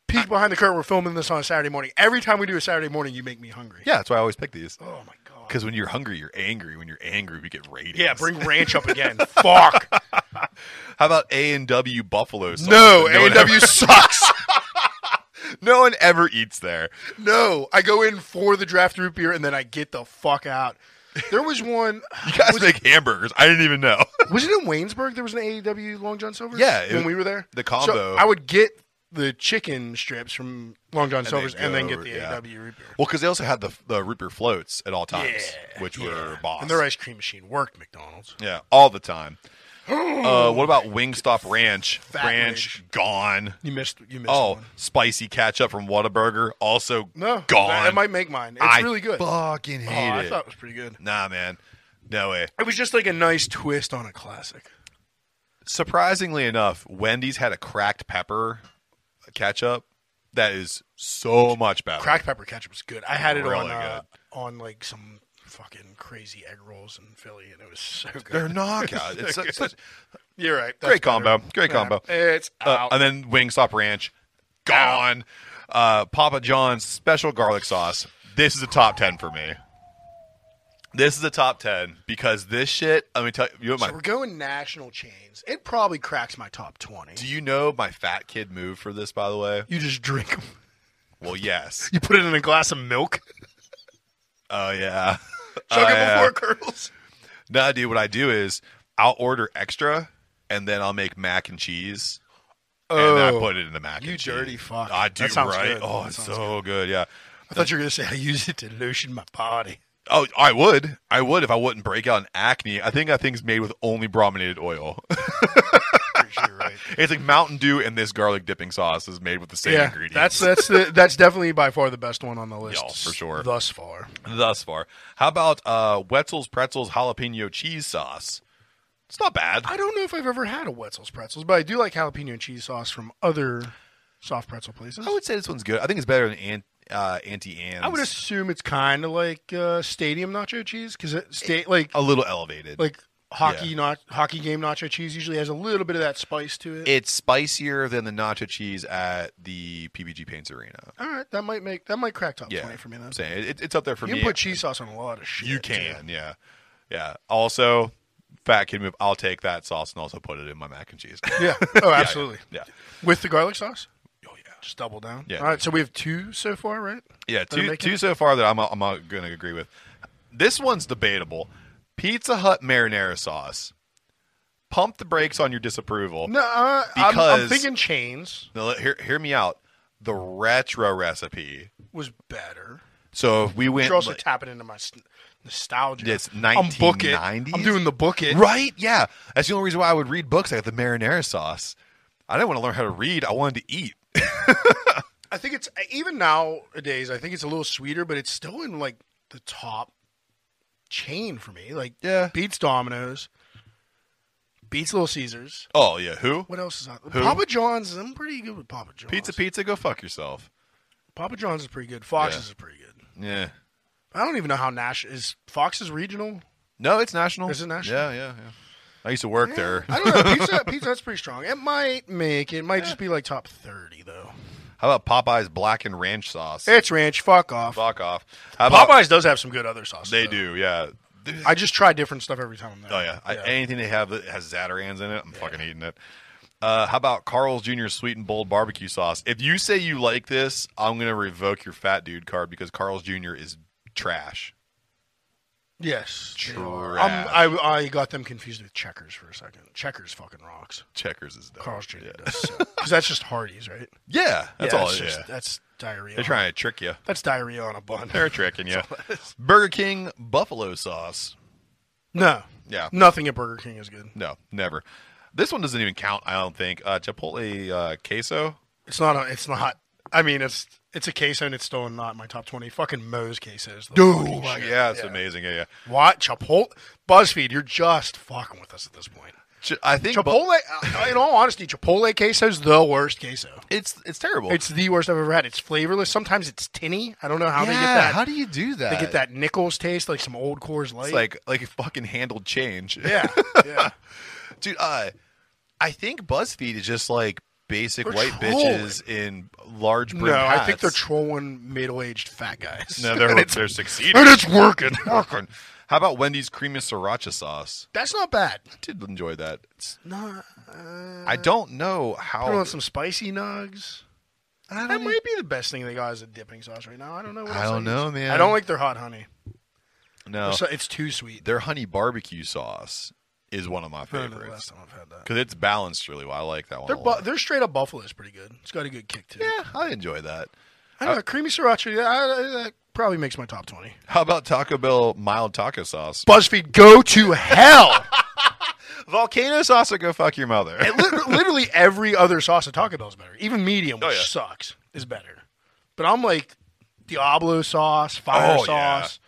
peek behind the curtain. We're filming this on a Saturday morning. Every time we do a Saturday morning, you make me hungry.
Yeah, that's why I always pick these.
Oh my god.
Because when you're hungry, you're angry. When you're angry, we get ratings.
Yeah, bring ranch up
<laughs>
again. Fuck.
How about A and W Buffalo? sauce?
No,
that no one
A&W <laughs>
ever- <laughs>
sucks.
No one ever eats there.
No, I go in for the draft root beer and then I get the fuck out. There was one. <sighs>
You guys
was,
make hamburgers. I didn't
<laughs>
even know.
was it in Waynesburg? There was an AEW Long John Silver's.
Yeah, it
when
was-
we were there,
the
So
combo.
I would get the chicken strips from Long John Silver's and, then
go
get
over-
the
yeah.
AEW root beer.
Well, because they also had the the root beer floats at all times, which were boss.
And their ice cream machine worked. McDonald's.
Yeah, all
<gasps>
the time. uh, what about Wingstop Ranch?
Fat
Ranch gone.
You missed. You missed.
Oh,
one.
spicy ketchup from Whataburger, also
no,
gone.
That, that might make mine. It's
I
really good.
Fucking
Oh,
hate
I
it.
thought it was pretty good.
Nah, man, no way.
It was just like a nice twist on a classic.
Surprisingly enough, Wendy's had a cracked pepper ketchup that is so much better.
Cracked pepper ketchup was good. I had it on
Really
uh, on like some fucking crazy egg rolls in Philly, and it was so good.
They're knockout. <laughs> It's such, such-
You're right. That's
great
better.
combo. Great
Yeah.
combo.
It's
Uh,
out.
and then Wingstop Ranch, gone. Uh, Papa John's special garlic sauce. This is a top ten for me. This is a top ten because this shit. Let me tell you. you know
so
my,
we're going national chains. It probably cracks my top twenty.
do you know my fat kid move for this? By the way,
you just drink them.
well, yes.
<laughs> You put it in a glass of milk.
Oh yeah. <laughs>
Chug
Oh,
it
yeah.
before it curdles.
No, dude. What I do is I'll order extra, and then I'll make mac and cheese, and then I
Oh.
put it in the mac.
You
and
dirty
cheese.
fuck.
I do
That sounds
right.
good.
Oh,
That
it's
sounds
so good. Yeah.
I thought you were gonna say I use it to lotion my body.
Oh, I would. I would if I wouldn't break out in acne. I think that thing's made with only brominated oil.
<laughs>
<laughs>
Pretty sure you're right.
it's like Mountain Dew and this garlic dipping sauce is made with the same
yeah,
ingredients.
that's that's the, that's definitely by far the best one on the list
Yeah, for sure.
Thus far,
thus far. How about uh, Wetzel's Pretzels jalapeno cheese sauce? It's not bad.
I don't know if I've ever had a Wetzel's pretzels, but I do like jalapeno and cheese sauce from other soft pretzel places.
I would say this one's good. I think it's better than Aunt, uh, Auntie Anne's.
I would assume it's kind of like uh, stadium nacho cheese because it sta- like
a little elevated.
like hockey not hockey game nacho cheese usually has a little bit of that spice to it.
it's spicier than the nacho cheese at the PBG Paints Arena.
All right, that might make that might crack top
Yeah,
twenty for me then.
I'm saying it, it's up there for
you
me.
can put cheese sauce on a lot of shit.
You
too.
can, yeah, yeah. Also, fat kid move. I'll take that sauce and also put it in my mac and cheese.
yeah. Oh, absolutely.
<laughs> yeah,
With the garlic sauce. Oh yeah. Just double down.
Yeah.
All right, so we have two so far, right?
yeah.
That I'm
Two,
making?
two so far that I'm I'm not going to agree with. This one's debatable. Pizza Hut marinara sauce. Pump the brakes on your disapproval.
No, uh, I'm, I'm
Because-
thinking chains
Now, let- hear hear me out. The retro recipe.
was better.
So if we went
You're also
like-
tapping into my s- nostalgia.
It's
I'm book it.
1990s?
I'm doing the book it.
Right? Yeah. That's the only reason why I would read books. I got the marinara sauce. I didn't want to learn how to read. I wanted to eat.
I think it's even nowadays. I think it's a little sweeter, but it's still in like the top chain for me. Like
Yeah.
beats Domino's, beats Little Caesars.
Oh yeah. Who?
What else is on?
Who?
Papa John's. I'm pretty good with Papa John's.
Pizza, pizza, go fuck yourself.
Papa John's is pretty good. Fox's
Yeah.
is pretty good.
Yeah.
I don't even know how Nash is. Fox's regional.
No, it's national.
Is it national?
Yeah, yeah, yeah. I used to work there.
I don't
<laughs>
know. Pizza Pizza Hut's pretty strong. It might make it. Might just be like top thirty though.
How about Popeye's black and ranch sauce?
It's ranch. Fuck off.
Fuck off. How about
Popeyes does have some good other sauces.
They
though.
do, yeah.
I just try different stuff every time I'm there.
Oh yeah. I, anything they have that has Zatarans in it, I'm fucking eating it. Uh, how about Carl's Jr. sweet and bold barbecue sauce? If you say you like this, I'm gonna revoke your fat dude card because Carl's Jr. is trash.
yes. they are.
Trash.
I'm- I I got them confused with Checkers for a second. Checkers fucking rocks.
Checkers is dope.
Carl's Jr.
Yeah,
does because that's just Hardee's, right?
Yeah, that's
Yeah,
all.
That's,
it is.
just- that's diarrhea.
They're trying to trick you.
That's diarrhea on a bun.
They're tricking you. Burger King buffalo sauce.
<laughs> No.
Yeah.
Nothing at Burger King is good.
No, never. This one doesn't even count. I don't think uh, Chipotle uh, queso.
It's not. A, it's not. I mean, it's it's a queso and it's still not in my top twenty. Fucking Moe's quesos. the fucking
Like,
shit.
yeah, it's amazing. Yeah, yeah.
What Chipotle? Buzzfeed, you're just fucking with us at this point.
Ch- I think bu-
Chipotle, uh, in all honesty, Chipotle queso's the worst queso.
it's it's terrible.
It's the worst I've ever had. It's flavorless. Sometimes it's tinny. I don't know how
yeah,
they get that.
How do you do that?
they get that Nichols taste, like some old Coors Light.
It's like like fucking handled <laughs> change.
yeah, yeah.
dude. Uh, I think BuzzFeed is just like basic
They're
white bitches in large brim
No, I think they're
hats.
trolling middle-aged fat guys. <laughs>
No, they're they're succeeding.
and it's working.
Working. <laughs> How about Wendy's creamy sriracha sauce?
That's not bad.
I did enjoy that. It's-
No,
I don't know how.
I want some spicy nugs.
I
That
don't, e-
might be the best thing they got as a dipping sauce right now. I don't know. What
I
else
don't
use.
know, man. Oh.
I don't like their hot honey.
no.
So it's too sweet.
Their honey barbecue sauce is one of my
I don't know the
favorites
last time I've had that.
because it's balanced really well. I like that one.
Their
a
bu-
lot.
their straight up buffalo is pretty good. It's got a good kick to it.
yeah, Uh, I enjoy that.
I don't know. Creamy sriracha. yeah, I, I, that probably makes my top twenty.
How about Taco Bell mild taco sauce?
Buzzfeed, go to hell. <laughs>
Volcano sauce or go fuck your mother?
It lit- literally every other sauce at Taco Bell is better. Even medium, which
Oh, yeah.
sucks, is better. But I'm like Diablo sauce, fire
Oh, yeah.
sauce,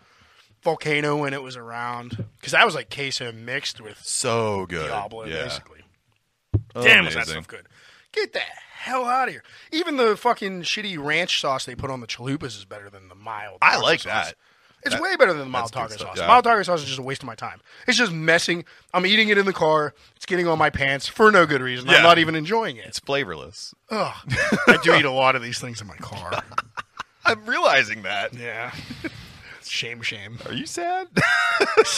volcano when it was around, because that was like queso mixed with
so good.
Diablo,
yeah.
basically. Damn, was that
Oh, Amazing.
stuff good? Get the hell out of here. Even the fucking shitty ranch sauce they put on the chalupas is better than the mild.
I
taco
like
sauce.
that.
It's way better than the mild
that's good
taco
stuff,
sauce.
yeah.
Mild taco sauce is just a waste of my time. It's just messing. I'm eating it in the car. It's getting on my pants for no good reason.
Yeah.
I'm not even enjoying it. <laughs>
It's flavorless.
Ugh. I do eat a lot of these things in my car.
I'm realizing that.
<laughs> Yeah. Shame, shame.
Are you sad? <laughs>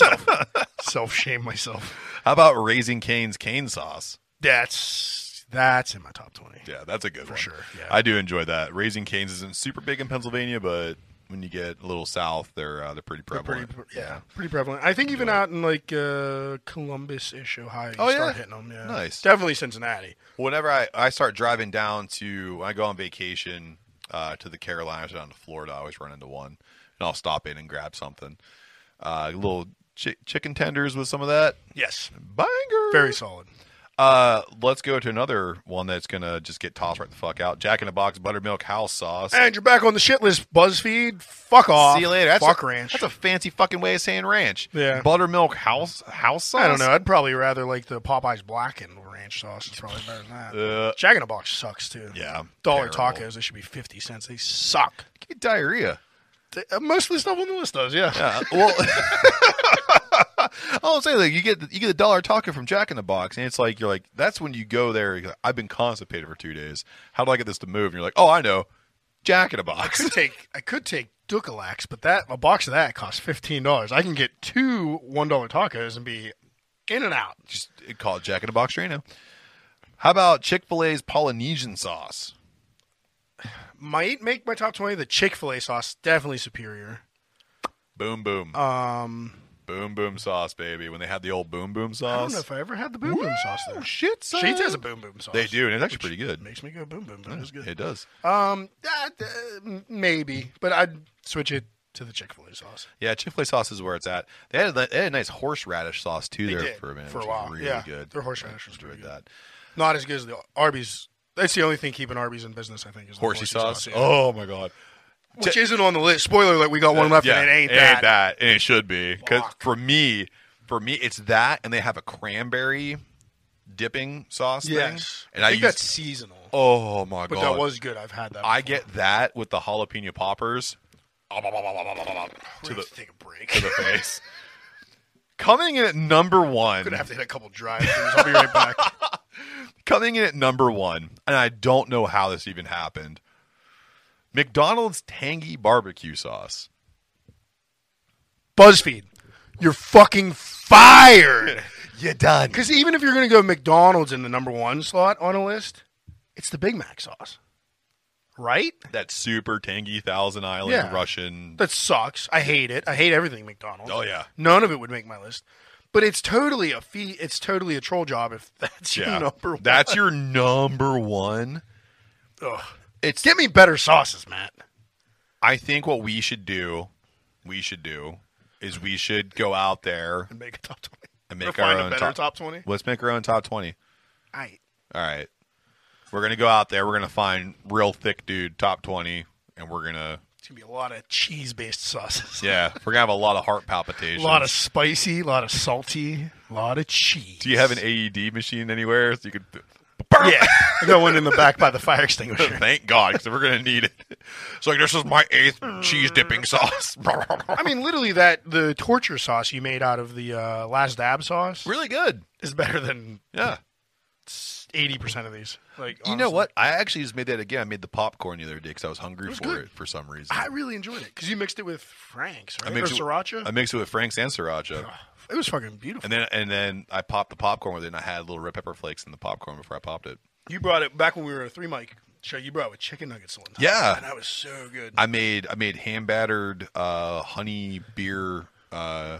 Self shame myself.
How about Raising Cane's cane sauce?
That's that's in my top twenty.
Yeah, that's a good one.
sure, yeah.
I do enjoy that. Raising Cane's isn't super big in Pennsylvania, but when you get a little south, they're uh, they're pretty
They're
prevalent.
Pretty, yeah, pretty prevalent. I think even out in like uh, Columbus-ish Ohio, you
Oh,
start
yeah?
hitting them. Yeah,
Nice.
Definitely Cincinnati.
Whenever I, I start driving down to when I go on vacation uh, to the Carolinas or down to Florida, I always run into one, and I'll stop in and grab something. Uh, little chi- chicken tenders with some of that
Yes,
banger.
very solid.
Uh, let's go to another one that's gonna just get tossed right the fuck out. Jack in the Box buttermilk house sauce.
And you're back on the shit list, BuzzFeed. Fuck off.
See you later. That's
Fuck
a,
ranch.
That's a fancy fucking way of saying ranch.
Yeah.
Buttermilk house house sauce.
I don't know. I'd probably rather like the Popeyes blackened ranch sauce. It's probably better than that.
Uh,
Jack in the Box sucks too.
Yeah,
Dollar
terrible.
tacos. They should be fifty cents. They suck.
Get diarrhea.
Th- uh, Most of the stuff on the list does. Yeah.
Uh, well, <laughs> I'll say like you get you get a dollar taco from Jack in the Box, and it's like you're like that's when you go there. You're like, I've been constipated for two days. How do I get this to move? And you're like, oh, I know, Jack in the
I <laughs>
Box.
could take I could take Dukalax, but that a box of that costs fifteen dollars. I can get two one dollar tacos and be in and out.
Just uh, call it Jack in the Box Trino. How about Chick Fil A's Polynesian sauce?
Might make my top twenty. The Chick Fil A sauce definitely superior.
Boom boom,
Um,
boom boom sauce, baby. When they had the old boom boom
I
sauce,
don't know if I ever had the boom boom sauce
Oh,
there.
shit, son.
Sheets has a boom boom sauce.
They do, and it's actually
which
pretty good.
Makes me go boom boom boom. It's good.
It does.
Um, that, uh, maybe, but I'd switch it to the Chick Fil A sauce.
Yeah, Chick Fil A sauce is where it's at. They had, a, they had a nice horseradish sauce too
They
there
did,
for a minute,
for a
which
while.
was really
Yeah,
good.
their horseradish was
enjoyed
pretty good.
that.
Not as good as the Arby's. That's the only thing keeping Arby's in business. I think is the
Horsey, sauce.
yeah.
Oh my god.
which isn't on the list. Spoiler alert: we got one left,
yeah,
and it ain't,
Ain't
that.
that, and it should be because
Fuck.
for me, for me, it's that, and they have a cranberry dipping sauce
Yes,
thing. And
I,
I,
think
use,
that's seasonal,
oh my
but
god,
that was good. I've had that.
I
before.
get that with the jalapeno poppers to
We're
the
gonna take a break. <laughs>
to the face. Coming in at number one.
gonna have to hit a couple drive throughs. I'll be right
<laughs>
back.
Coming in at number one, and I don't know how this even happened. McDonald's tangy barbecue sauce.
Buzzfeed, you're fucking
<laughs>
fired.
You done?
Because even if you're gonna go McDonald's in the number one slot on a list, it's the Big Mac sauce, right?
That super tangy Thousand Island
Yeah.
Russian.
That sucks. I hate it. I hate everything McDonald's.
Oh, yeah.
none of it would make my list. But it's totally a fee. It's totally a troll job if <laughs> that's your
yeah,
number one.
that's your number one.
Ugh.
It's.
Get me better sauces, Matt.
I think what we should do, we should do, is we should go out there
And make a top twenty.
and make
or
our
find
own
a better top twenty.
Let's make our own top twenty.
I
All right. We're gonna go out there. We're gonna find real thick dude top twenty, and we're gonna
it's gonna be a lot of cheese based sauces.
yeah, we're gonna have a lot of
<laughs>
heart
A
palpitations.
lot of spicy, a lot of salty, a lot of cheese.
Do you have an AED machine anywhere so you could?
Yeah, <laughs> I got one in the back by the fire extinguisher.
<laughs> Thank God, because we're gonna need it. It's like this is my eighth cheese dipping sauce. <laughs>
I mean, literally, that the torture sauce you made out of the uh, last dab sauce
really good.
is better than
Yeah,
eighty percent of these. Like
You know
honestly.
what? I actually just made that again. I made the popcorn the other day because I was hungry
was
for
good.
it for some reason.
I really enjoyed it because you mixed it with Frank's right? or
mixed it-
sriracha.
I mixed it with Frank's and sriracha,
it was fucking beautiful.
and then and then I popped the popcorn with it, and I had little red pepper flakes in the popcorn before I popped it.
you brought it back when we were a three mic show. You brought it with chicken nuggets one time.
Yeah.
and that was so good.
I made I made hand battered uh, honey beer uh,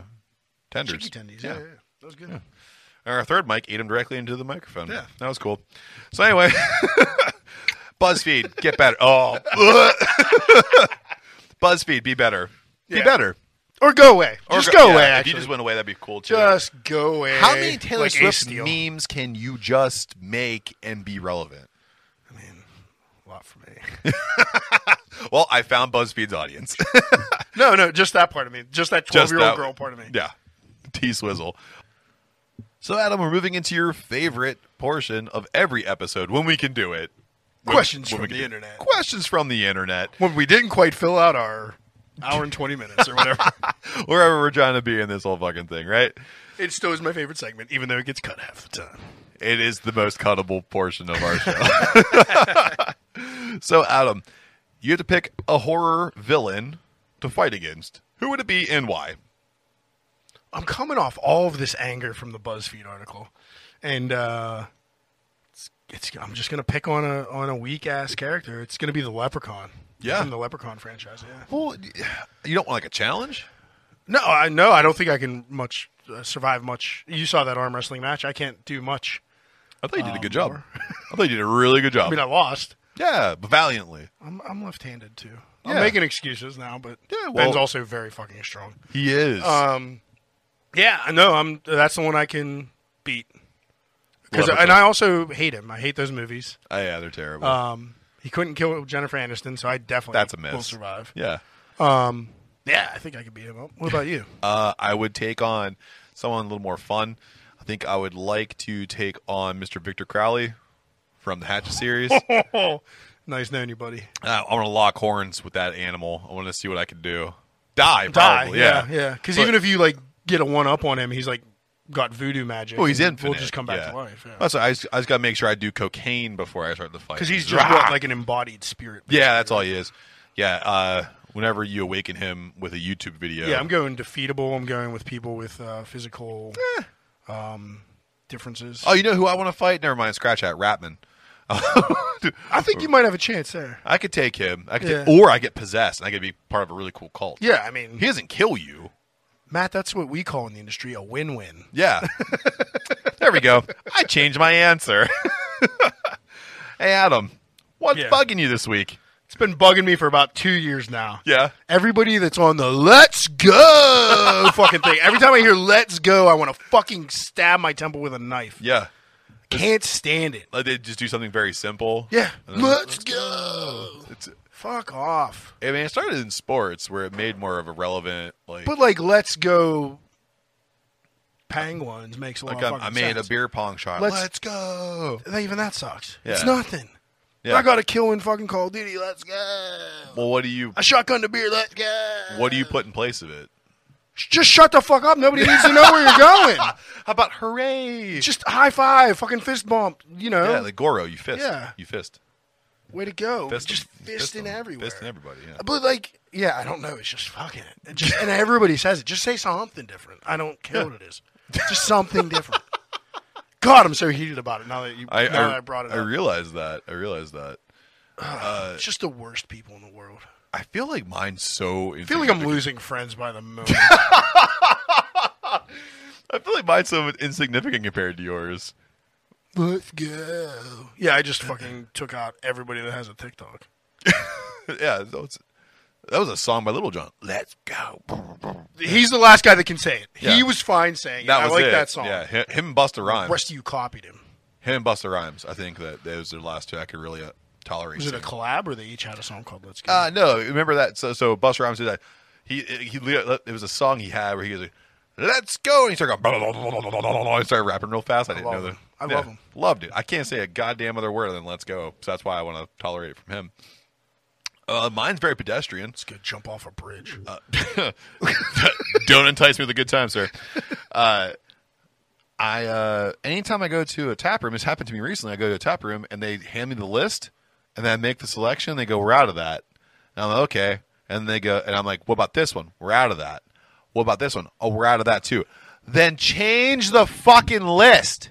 tenders.
Chicky tendies. Yeah. yeah, yeah. that was good.
And our third mic ate him directly into the microphone.
Yeah.
that was cool. So anyway, <laughs> BuzzFeed, get better. Oh, <laughs> BuzzFeed, be better. Be
Yeah.
better.
Or go away.
Or
just go,
yeah,
away.
If
Actually,
you just went away, that'd be cool too.
Just go away.
How many Taylor
like
Swift
A-Steel.
memes can you just make and be relevant?
I mean, a lot for me.
Well, I found BuzzFeed's audience.
<laughs> no, no, just that part of me. Just that
Just
twelve-year-old
that-
girl part of me.
Yeah. <laughs> T Swizzle. So, Adam, we're moving into your favorite portion of every episode when we can do it. When-
Questions
when
from
we can
the
do-
internet.
Questions from the internet.
When we didn't quite fill out our <laughs> hour and twenty minutes or whatever,
Wherever we're trying to be in this whole fucking thing, right?
<laughs> it still is my favorite segment, even though it gets cut half the time.
It is the most cuttable portion of our show. <laughs> so, Adam, you have to pick a horror villain to fight against. Who would it be and why?
I'm coming off all of this anger from the BuzzFeed article, and uh, it's, it's, I'm just gonna pick on a on a weak ass character. It's gonna be the Leprechaun.
Yeah.
from the Leprechaun franchise. Yeah.
Well, you don't want like a challenge?
No, I no, I don't think I can much uh, survive much. You saw that arm wrestling match. I can't do much.
I thought you did a good job. <laughs> I thought you did a really good
Um,
job.
I mean, I lost.
yeah, but valiantly.
I'm I'm left-handed too.
Yeah.
I'm making excuses now, but
Yeah, well-
Ben's also very fucking strong.
He is.
Um, yeah, I know. I'm. That's the one I can beat. 'Cause-
Leprechaun.
and I also hate him. I hate those movies.
Oh, yeah, they're terrible.
Um, he couldn't kill Jennifer Aniston, so I definitely
That's a miss.
will survive.
yeah.
Yeah, I think I could beat him up. What about you?
Uh, I would take on someone a little more fun. I think I would like to take on Mr. Victor Crowley from the
<laughs>
Hatchet series. uh,
nice knowing you, buddy.
I want to lock horns with that animal. I want to see what I can do.
Die.
Die, probably.
yeah,
yeah.
yeah. Because
But-
even if you like get a one up on him, he's like got voodoo magic.
Oh, he's
and
in.
We'll just come back to life. Yeah.
That's why I just, I just got to make sure I do cocaine before I start the fight.
Because <laughs>
<laughs>
he's just what, like an embodied spirit.
Yeah, that's all he is. Yeah, uh, whenever you awaken him with a YouTube video.
Yeah, I'm going defeatable. I'm going with people with uh, physical um, differences.
Oh, you know who I want to fight? Never mind, scratch that Ratman.
I think you might have a chance there.
I could take him. I could
Yeah.
take, or I get possessed and I could be part of a really cool cult.
Yeah, I mean,
He doesn't kill you.
Matt, that's what we call in the industry a win-win.
Yeah. <laughs> there we go. I changed my answer. <laughs> hey Adam, what's
Yeah.
bugging you this week?
It's been bugging me for about two years now.
Yeah.
Everybody that's on the let's <laughs> go fucking thing. Every time I hear let's go, I want to fucking stab my temple with a knife.
Yeah.
Can't stand it.
Like they just do something very simple.
Yeah.
And then-
let's go.
It's,
Fuck off.
I mean, it started in sports where it made more of a relevant like.
But like let's go penguins makes a lot
like
of
I'm-
fucking
I made
sense.
a beer pong shot.
Let's-
Let's go.
Even that sucks. It's
Yeah.
nothing.
Yeah.
I got a kill in fucking Call of Duty. Let's go.
Well, what do you
I shotgun the beer. Let's go.
what do you put in place of it?
Just shut the fuck up. Nobody needs to know where you're going. <laughs>
How about hooray?
Just high five, fucking fist bump. You know,
yeah, like Goro, you fist.
Yeah.
you fist.
way to go.
Fist
just
them. Fist
fisting
them.
everywhere.
Fisting everybody, yeah.
But like, yeah, I don't know. It's just fucking it. It Just and everybody says it. Just say something different. I don't care what it is. Just something different. God, I'm so heated about it now that you
I
now
I,
that I brought it
I
up.
realized that. I realized that.
it's just the worst people in the world.
I feel like mine's so.
I feel like I'm losing friends by the
<laughs>
moment.
I feel like mine's so insignificant compared to yours. <laughs>
Let's go. Yeah, I just fucking took out everybody that has a TikTok.
yeah, that was, that was a song by Little John. Let's go.
He's the last guy that can say it.
Yeah.
He was fine saying it.
That
I
was
like
it.
that song.
Yeah, hi- him and Busta Rhymes.
Rest of you copied him.
Him and Busta Rhymes. I think that those are the last two I could really uh, tolerate.
Was it a
seeing.
collab or they each had a song called Let's Go?
Uh, no, remember that. So, so Buster Rhymes did that. He, he, it was a song he had where he was like, "Let's go," and he started going, <laughs> blah, blah, blah, blah, blah, blah, blah, and started rapping real fast. I didn't
love
know that.
him. I love him.
Loved it. I can't say a goddamn other word other than "Let's go," so that's why I want to tolerate it from him. Uh, mine's very pedestrian.
Let's go jump off a bridge.
<laughs> Don't entice me with a good time, sir. Uh, I uh, anytime I go to a tap room, it's happened to me recently. I go to a tap room and they hand me the list, and then I make the selection. And they go, "We're out of that." And I'm like, "Okay," and they go, and I'm like, "What about this one? We're out of that. What about this one? Oh, we're out of that too." Then change the fucking list.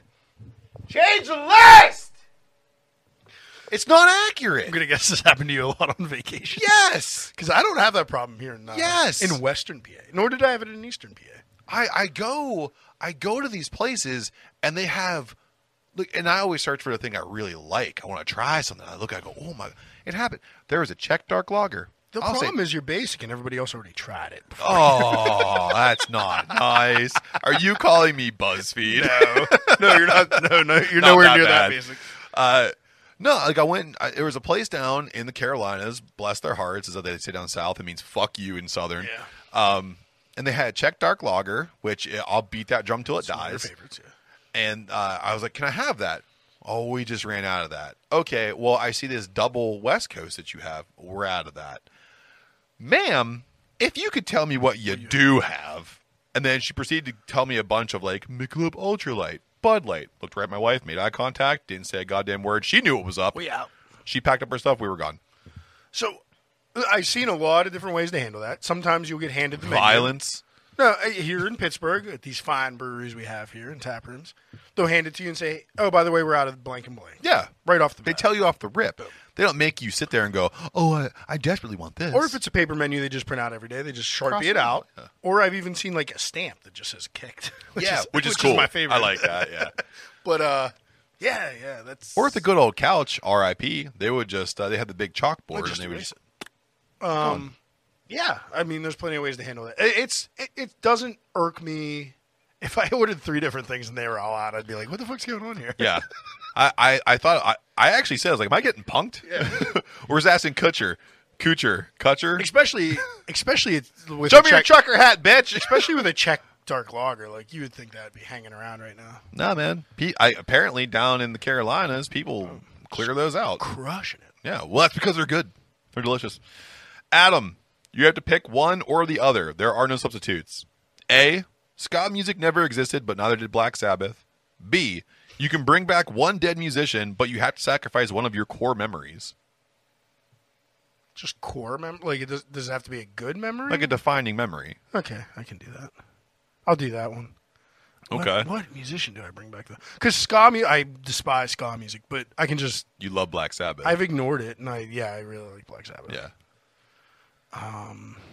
Change the list. It's not accurate.
I'm gonna guess this happened to you a lot on vacation.
Yes,
because I don't have that problem here in uh,
Yes.
in Western PA, nor did I have it in Eastern PA.
I I go I go to these places and they have look and I always search for the thing I really like. I want to try something. I look, I go, oh my! It happened. There was a Czech dark lager.
The
I'll say,
problem is you're basic, and everybody else already tried it.
Oh, that's not nice. Are you calling me BuzzFeed?
Oh. <laughs> no, you're not. No, no, you're
Not
nowhere near
bad.
that basic.
Uh, no, like I went. I, there was a place down in the Carolinas. Bless their hearts, is that they say down south. It means fuck you in southern. Um, and they had a Czech dark lager, which eh, I'll beat that drum till it
One of your
dies.
favorites, yeah.
and uh, I was like, "Can I have that?" Oh, we just ran out of that. Okay, well, I see this double West Coast that you have. We're out of that, ma'am. If you could tell me what you do have, and then she proceeded to tell me a bunch of like Michelob Ultralight, Bud Light. Looked right at my wife, made eye contact, didn't say a goddamn word. She knew what was up.
We out.
She packed up her stuff. We were gone.
So I've seen a lot of different ways to handle that. Sometimes you'll get handed the menu.
Violence.
No, I- here in Pittsburgh, at these fine breweries we have here and tap rooms, they'll hand it to you and say, "Oh, by the way, we're out of blank and blank."
Yeah,
right off the
They
bat.
tell you off the rip. They don't make you sit there and go, "Oh, I, I desperately want this."
Or if it's a paper menu, they just print out every day. They just sharpie
Cross
it
it
out.
out,
Or I've even seen like a stamp that just says "kicked," <laughs> which
yeah,
is,
which, is cool.
my favorite.
I like that.
<laughs>
Yeah.
But uh, yeah, yeah, that's
Or at the good old couch, R.I.P. They would just uh, they had the big
Or
chalkboard
just
and they would
erase
just
Um, yeah, I mean, there's plenty of ways to handle that. It, it's it, it doesn't irk me. If I <laughs> ordered three different things and they were all out, I'd be like, "What the fuck's going on here?"
<laughs> yeah. I, I I thought I I actually said I was like, am I getting punked? Yeah. <laughs> or is Ashton Kutcher, Kutcher, Kutcher?
Especially, especially it's- with
<laughs> Show
a
me your
check,
trucker hat, bitch. <laughs>
especially with a check dark lager. Like you would think that'd be hanging around right now,
nah, man. Pe- I apparently down in the Carolinas, people clear those out.
crushing it.
Yeah. Well, that's because they're good. They're delicious. Adam, you have to pick one or the other. There are no substitutes. A. Ska music never existed, but neither did Black Sabbath. B. You can bring back one dead musician, but you have to sacrifice one of your core memories,
Just core mem Like, it does, does it have to be a good memory?
like a defining memory.
okay, I can do that. I'll do that one. What-
Okay.
What, musician do I bring back though? Because ska, mu- I despise ska music, but I can just
You love Black Sabbath.
I've ignored it, and I yeah, I really like Black Sabbath.
yeah. Um.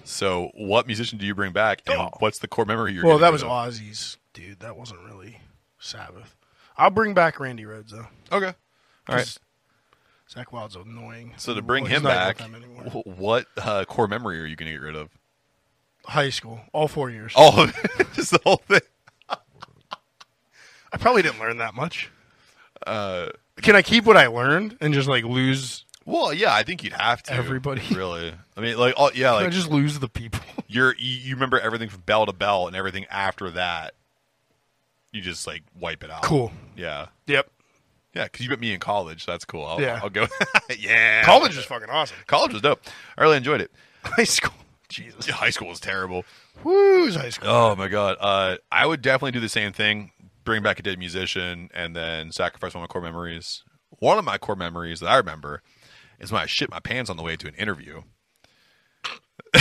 So, what musician do you bring back, and
Um, Oh.
what's the core memory you're?
Well,
gonna
that
bring
was
up?
Ozzy's, dude. That wasn't really Sabbath. I'll bring back Randy Rhodes though.
Okay. All right.
'Cause Zach Wild's annoying.
So to
Well,
bring
he's
him
not with
back,
them anymore.
wh- what uh, core memory are you going to get rid of?
high school, all four years.
All of it, <laughs> just the whole thing.
I probably didn't learn that much. Uh, can I keep what I learned and just like lose?
Well, yeah, I think you'd have to.
Everybody. <laughs>
really. I mean, like, all, yeah,
Can I
like
just lose the people? <laughs>
you're you, you remember everything from bell to bell, and everything after that, you just like wipe it out.
Cool.
Yeah,
Yep.
yeah, because you met me in college. So that's cool. I'll,
Yeah.
I'll go. <laughs> yeah,
College was fucking awesome.
college was dope. I really enjoyed it.
High school, Jesus.
Yeah, high school was terrible.
Woo's high school.
Oh my god. Uh, I would definitely do the same thing. Bring back a dead musician and then sacrifice one of my core memories. One of my core memories that I remember is when I shit my pants on the way to an interview. <laughs>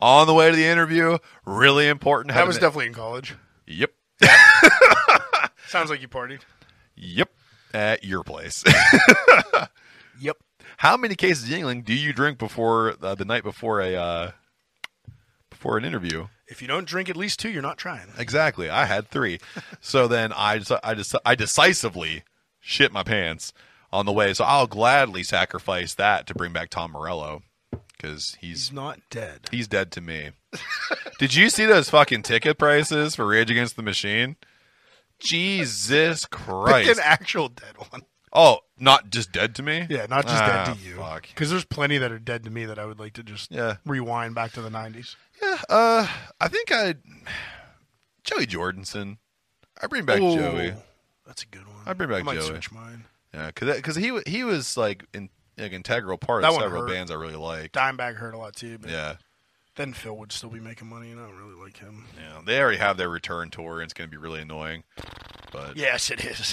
on the way to the interview, really important. had
that
to
was
ma-
definitely in college.
Yep.
Sounds like you partied.
Yep. At your place. <laughs>
Yep.
How many cases of Yingling do you drink before uh, the night before a uh, before an interview?
If you don't drink at least two, you're not trying.
Exactly. I had three. so then I just, I just, I decisively shit my pants on the way. So I'll gladly sacrifice that to bring back Tom Morello because he's
He's not dead.
he's dead
<laughs>
to me. Did you see those fucking ticket prices for Rage Against the Machine? Jesus
Pick
Christ!
an actual dead one.
oh, not just dead to me.
Yeah, not just
Ah,
dead to you.
Fuck.
Because there's plenty that are dead to me that I would like to just
Yeah.
rewind back to the 90s.
Uh, I think I Joey Jordanson. I bring back
Ooh,
Joey.
That's a good one.
I'd bring back
I might
Joey.
switch mine.
Yeah, because he wa- he was like in like integral part
That
of
one
several
hurt.
bands I really like.
Dimebag hurt a lot too. But
Yeah,
Then Phil would still be making money, and I don't really like him.
Yeah, they already have their return tour, and it's going to be really annoying. But
Yes, it is.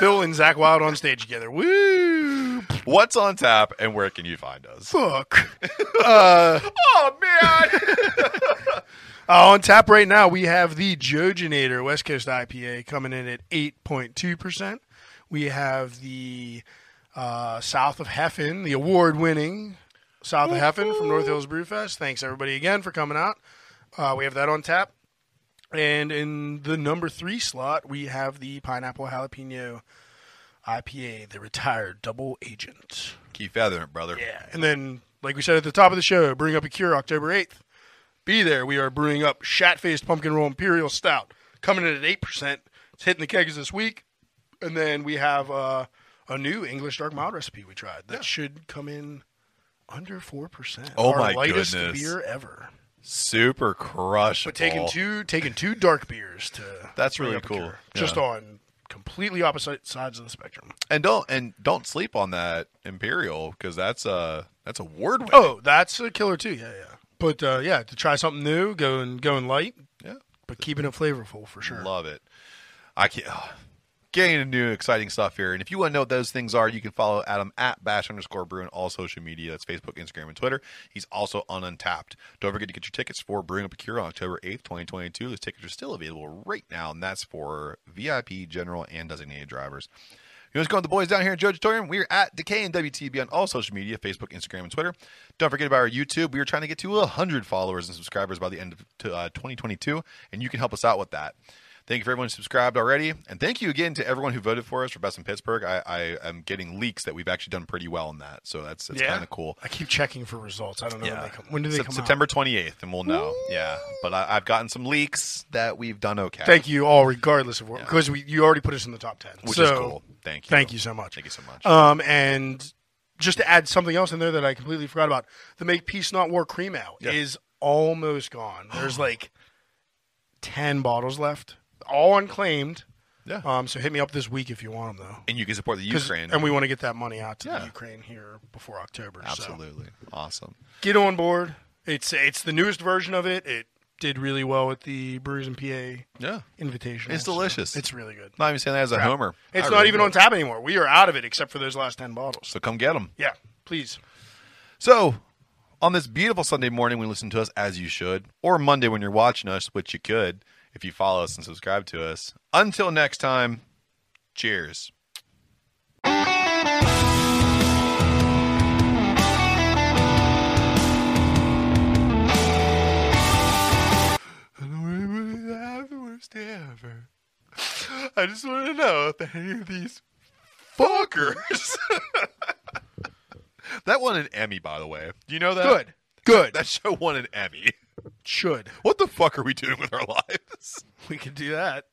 Phil and Zach Wild on stage together. Woo!
what's on tap, and where can you find us? <laughs> Uh,
Fuck.
Oh man!
Uh, on tap right now, we have the Jojinator West Coast IPA coming in at 8.2%. We have the uh, South of Heffen, the award winning South of Heffen from North Hills Brewfest. Thanks everybody again for coming out. Uh, we have that on tap. And in the number three slot, we have the Pineapple Jalapeno IPA, the retired double agent.
Keep feathering it, brother.
Yeah. And then, like we said at the top of the show, Brewing Up a Cure, October 8th. Be there. We are brewing up Shat Faced Pumpkin Roll Imperial Stout, coming in at 8%. It's hitting the kegs this week. And then we have uh, a new English Dark Mild recipe we tried that should come in under 4%.
Oh
Our
my
lightest
goodness.
beer ever.
Super crush.
But taking two taking two dark beers to
<laughs> That's
Brewing
really
Up a
cool.
Cure,
Yeah.
Just on completely opposite sides of the spectrum.
and don't and don't sleep on that imperial because that's uh that's award winning.
Oh, that's a killer too. Yeah, yeah. But uh, yeah, to try something new, going going light,
yeah,
but keeping it flavorful for sure.
love it. I can't. ah. Getting into new exciting stuff here, and if you want to know what those things are, you can follow Adam at Bash underscore Brew on all social media. That's Facebook, Instagram, and Twitter. He's also on Untapped. Don't forget to get your tickets for Brewing Up a Cure on October eighth, twenty twenty two. Those tickets are still available right now, and that's for VIP, general, and designated drivers. You want to go with the boys down here at Judgeatorium? We're at Decay and WTB on all social media, Facebook, Instagram, and Twitter. Don't forget about our YouTube. We are trying to get to 100 followers and subscribers by the end of to, uh, 2022, and you can help us out with that. Thank you for everyone who subscribed already, and thank you again to everyone who voted for us for Best in Pittsburgh. I, I am getting leaks that we've actually done pretty well in that, so that's, that's kind of cool. Uh,
I keep checking for results. I don't know when they come. When do they
Sep-
come? out?
September 28th, and we'll know. Yeah, but I, I've gotten some leaks that we've done okay.
Thank you all, regardless of what, because we you already put us in the top ten,
Which
so
is cool. Thank you.
thank you so much.
Thank you so much.
Um, and just to add something else in there that I completely forgot about, the Make Peace Not War cream ale
Yeah.
is almost gone.
<gasps>
There's like ten bottles left, all unclaimed.
Yeah.
Um, so hit me up this week if you want them though.
and you can support the
'Cause-
Ukraine.
And we want to get that money out to
Yeah.
the Ukraine here before October. so.
Absolutely. Awesome.
Get on board. It's it's the newest version of it. It did really well at the Brews and PA
Yeah.
Invitational.
It's
so
delicious.
it's really good.
Not even saying that as a homer.
It's
I
not
really
even
don't.
on tap anymore. We are out of it except for those last 10 bottles.
So come get them.
Yeah, please.
So on this beautiful Sunday morning, we listen to us as you should, or Monday when you're watching us, which you could if you follow us and subscribe to us. Until next time, cheers. Ever. I just want to know if any of these fuckers. <laughs> that won an Emmy, by the way. Do you know that?
Good. Good.
That show won an Emmy.
Should.
What the fuck are we doing with our lives?
We could do that.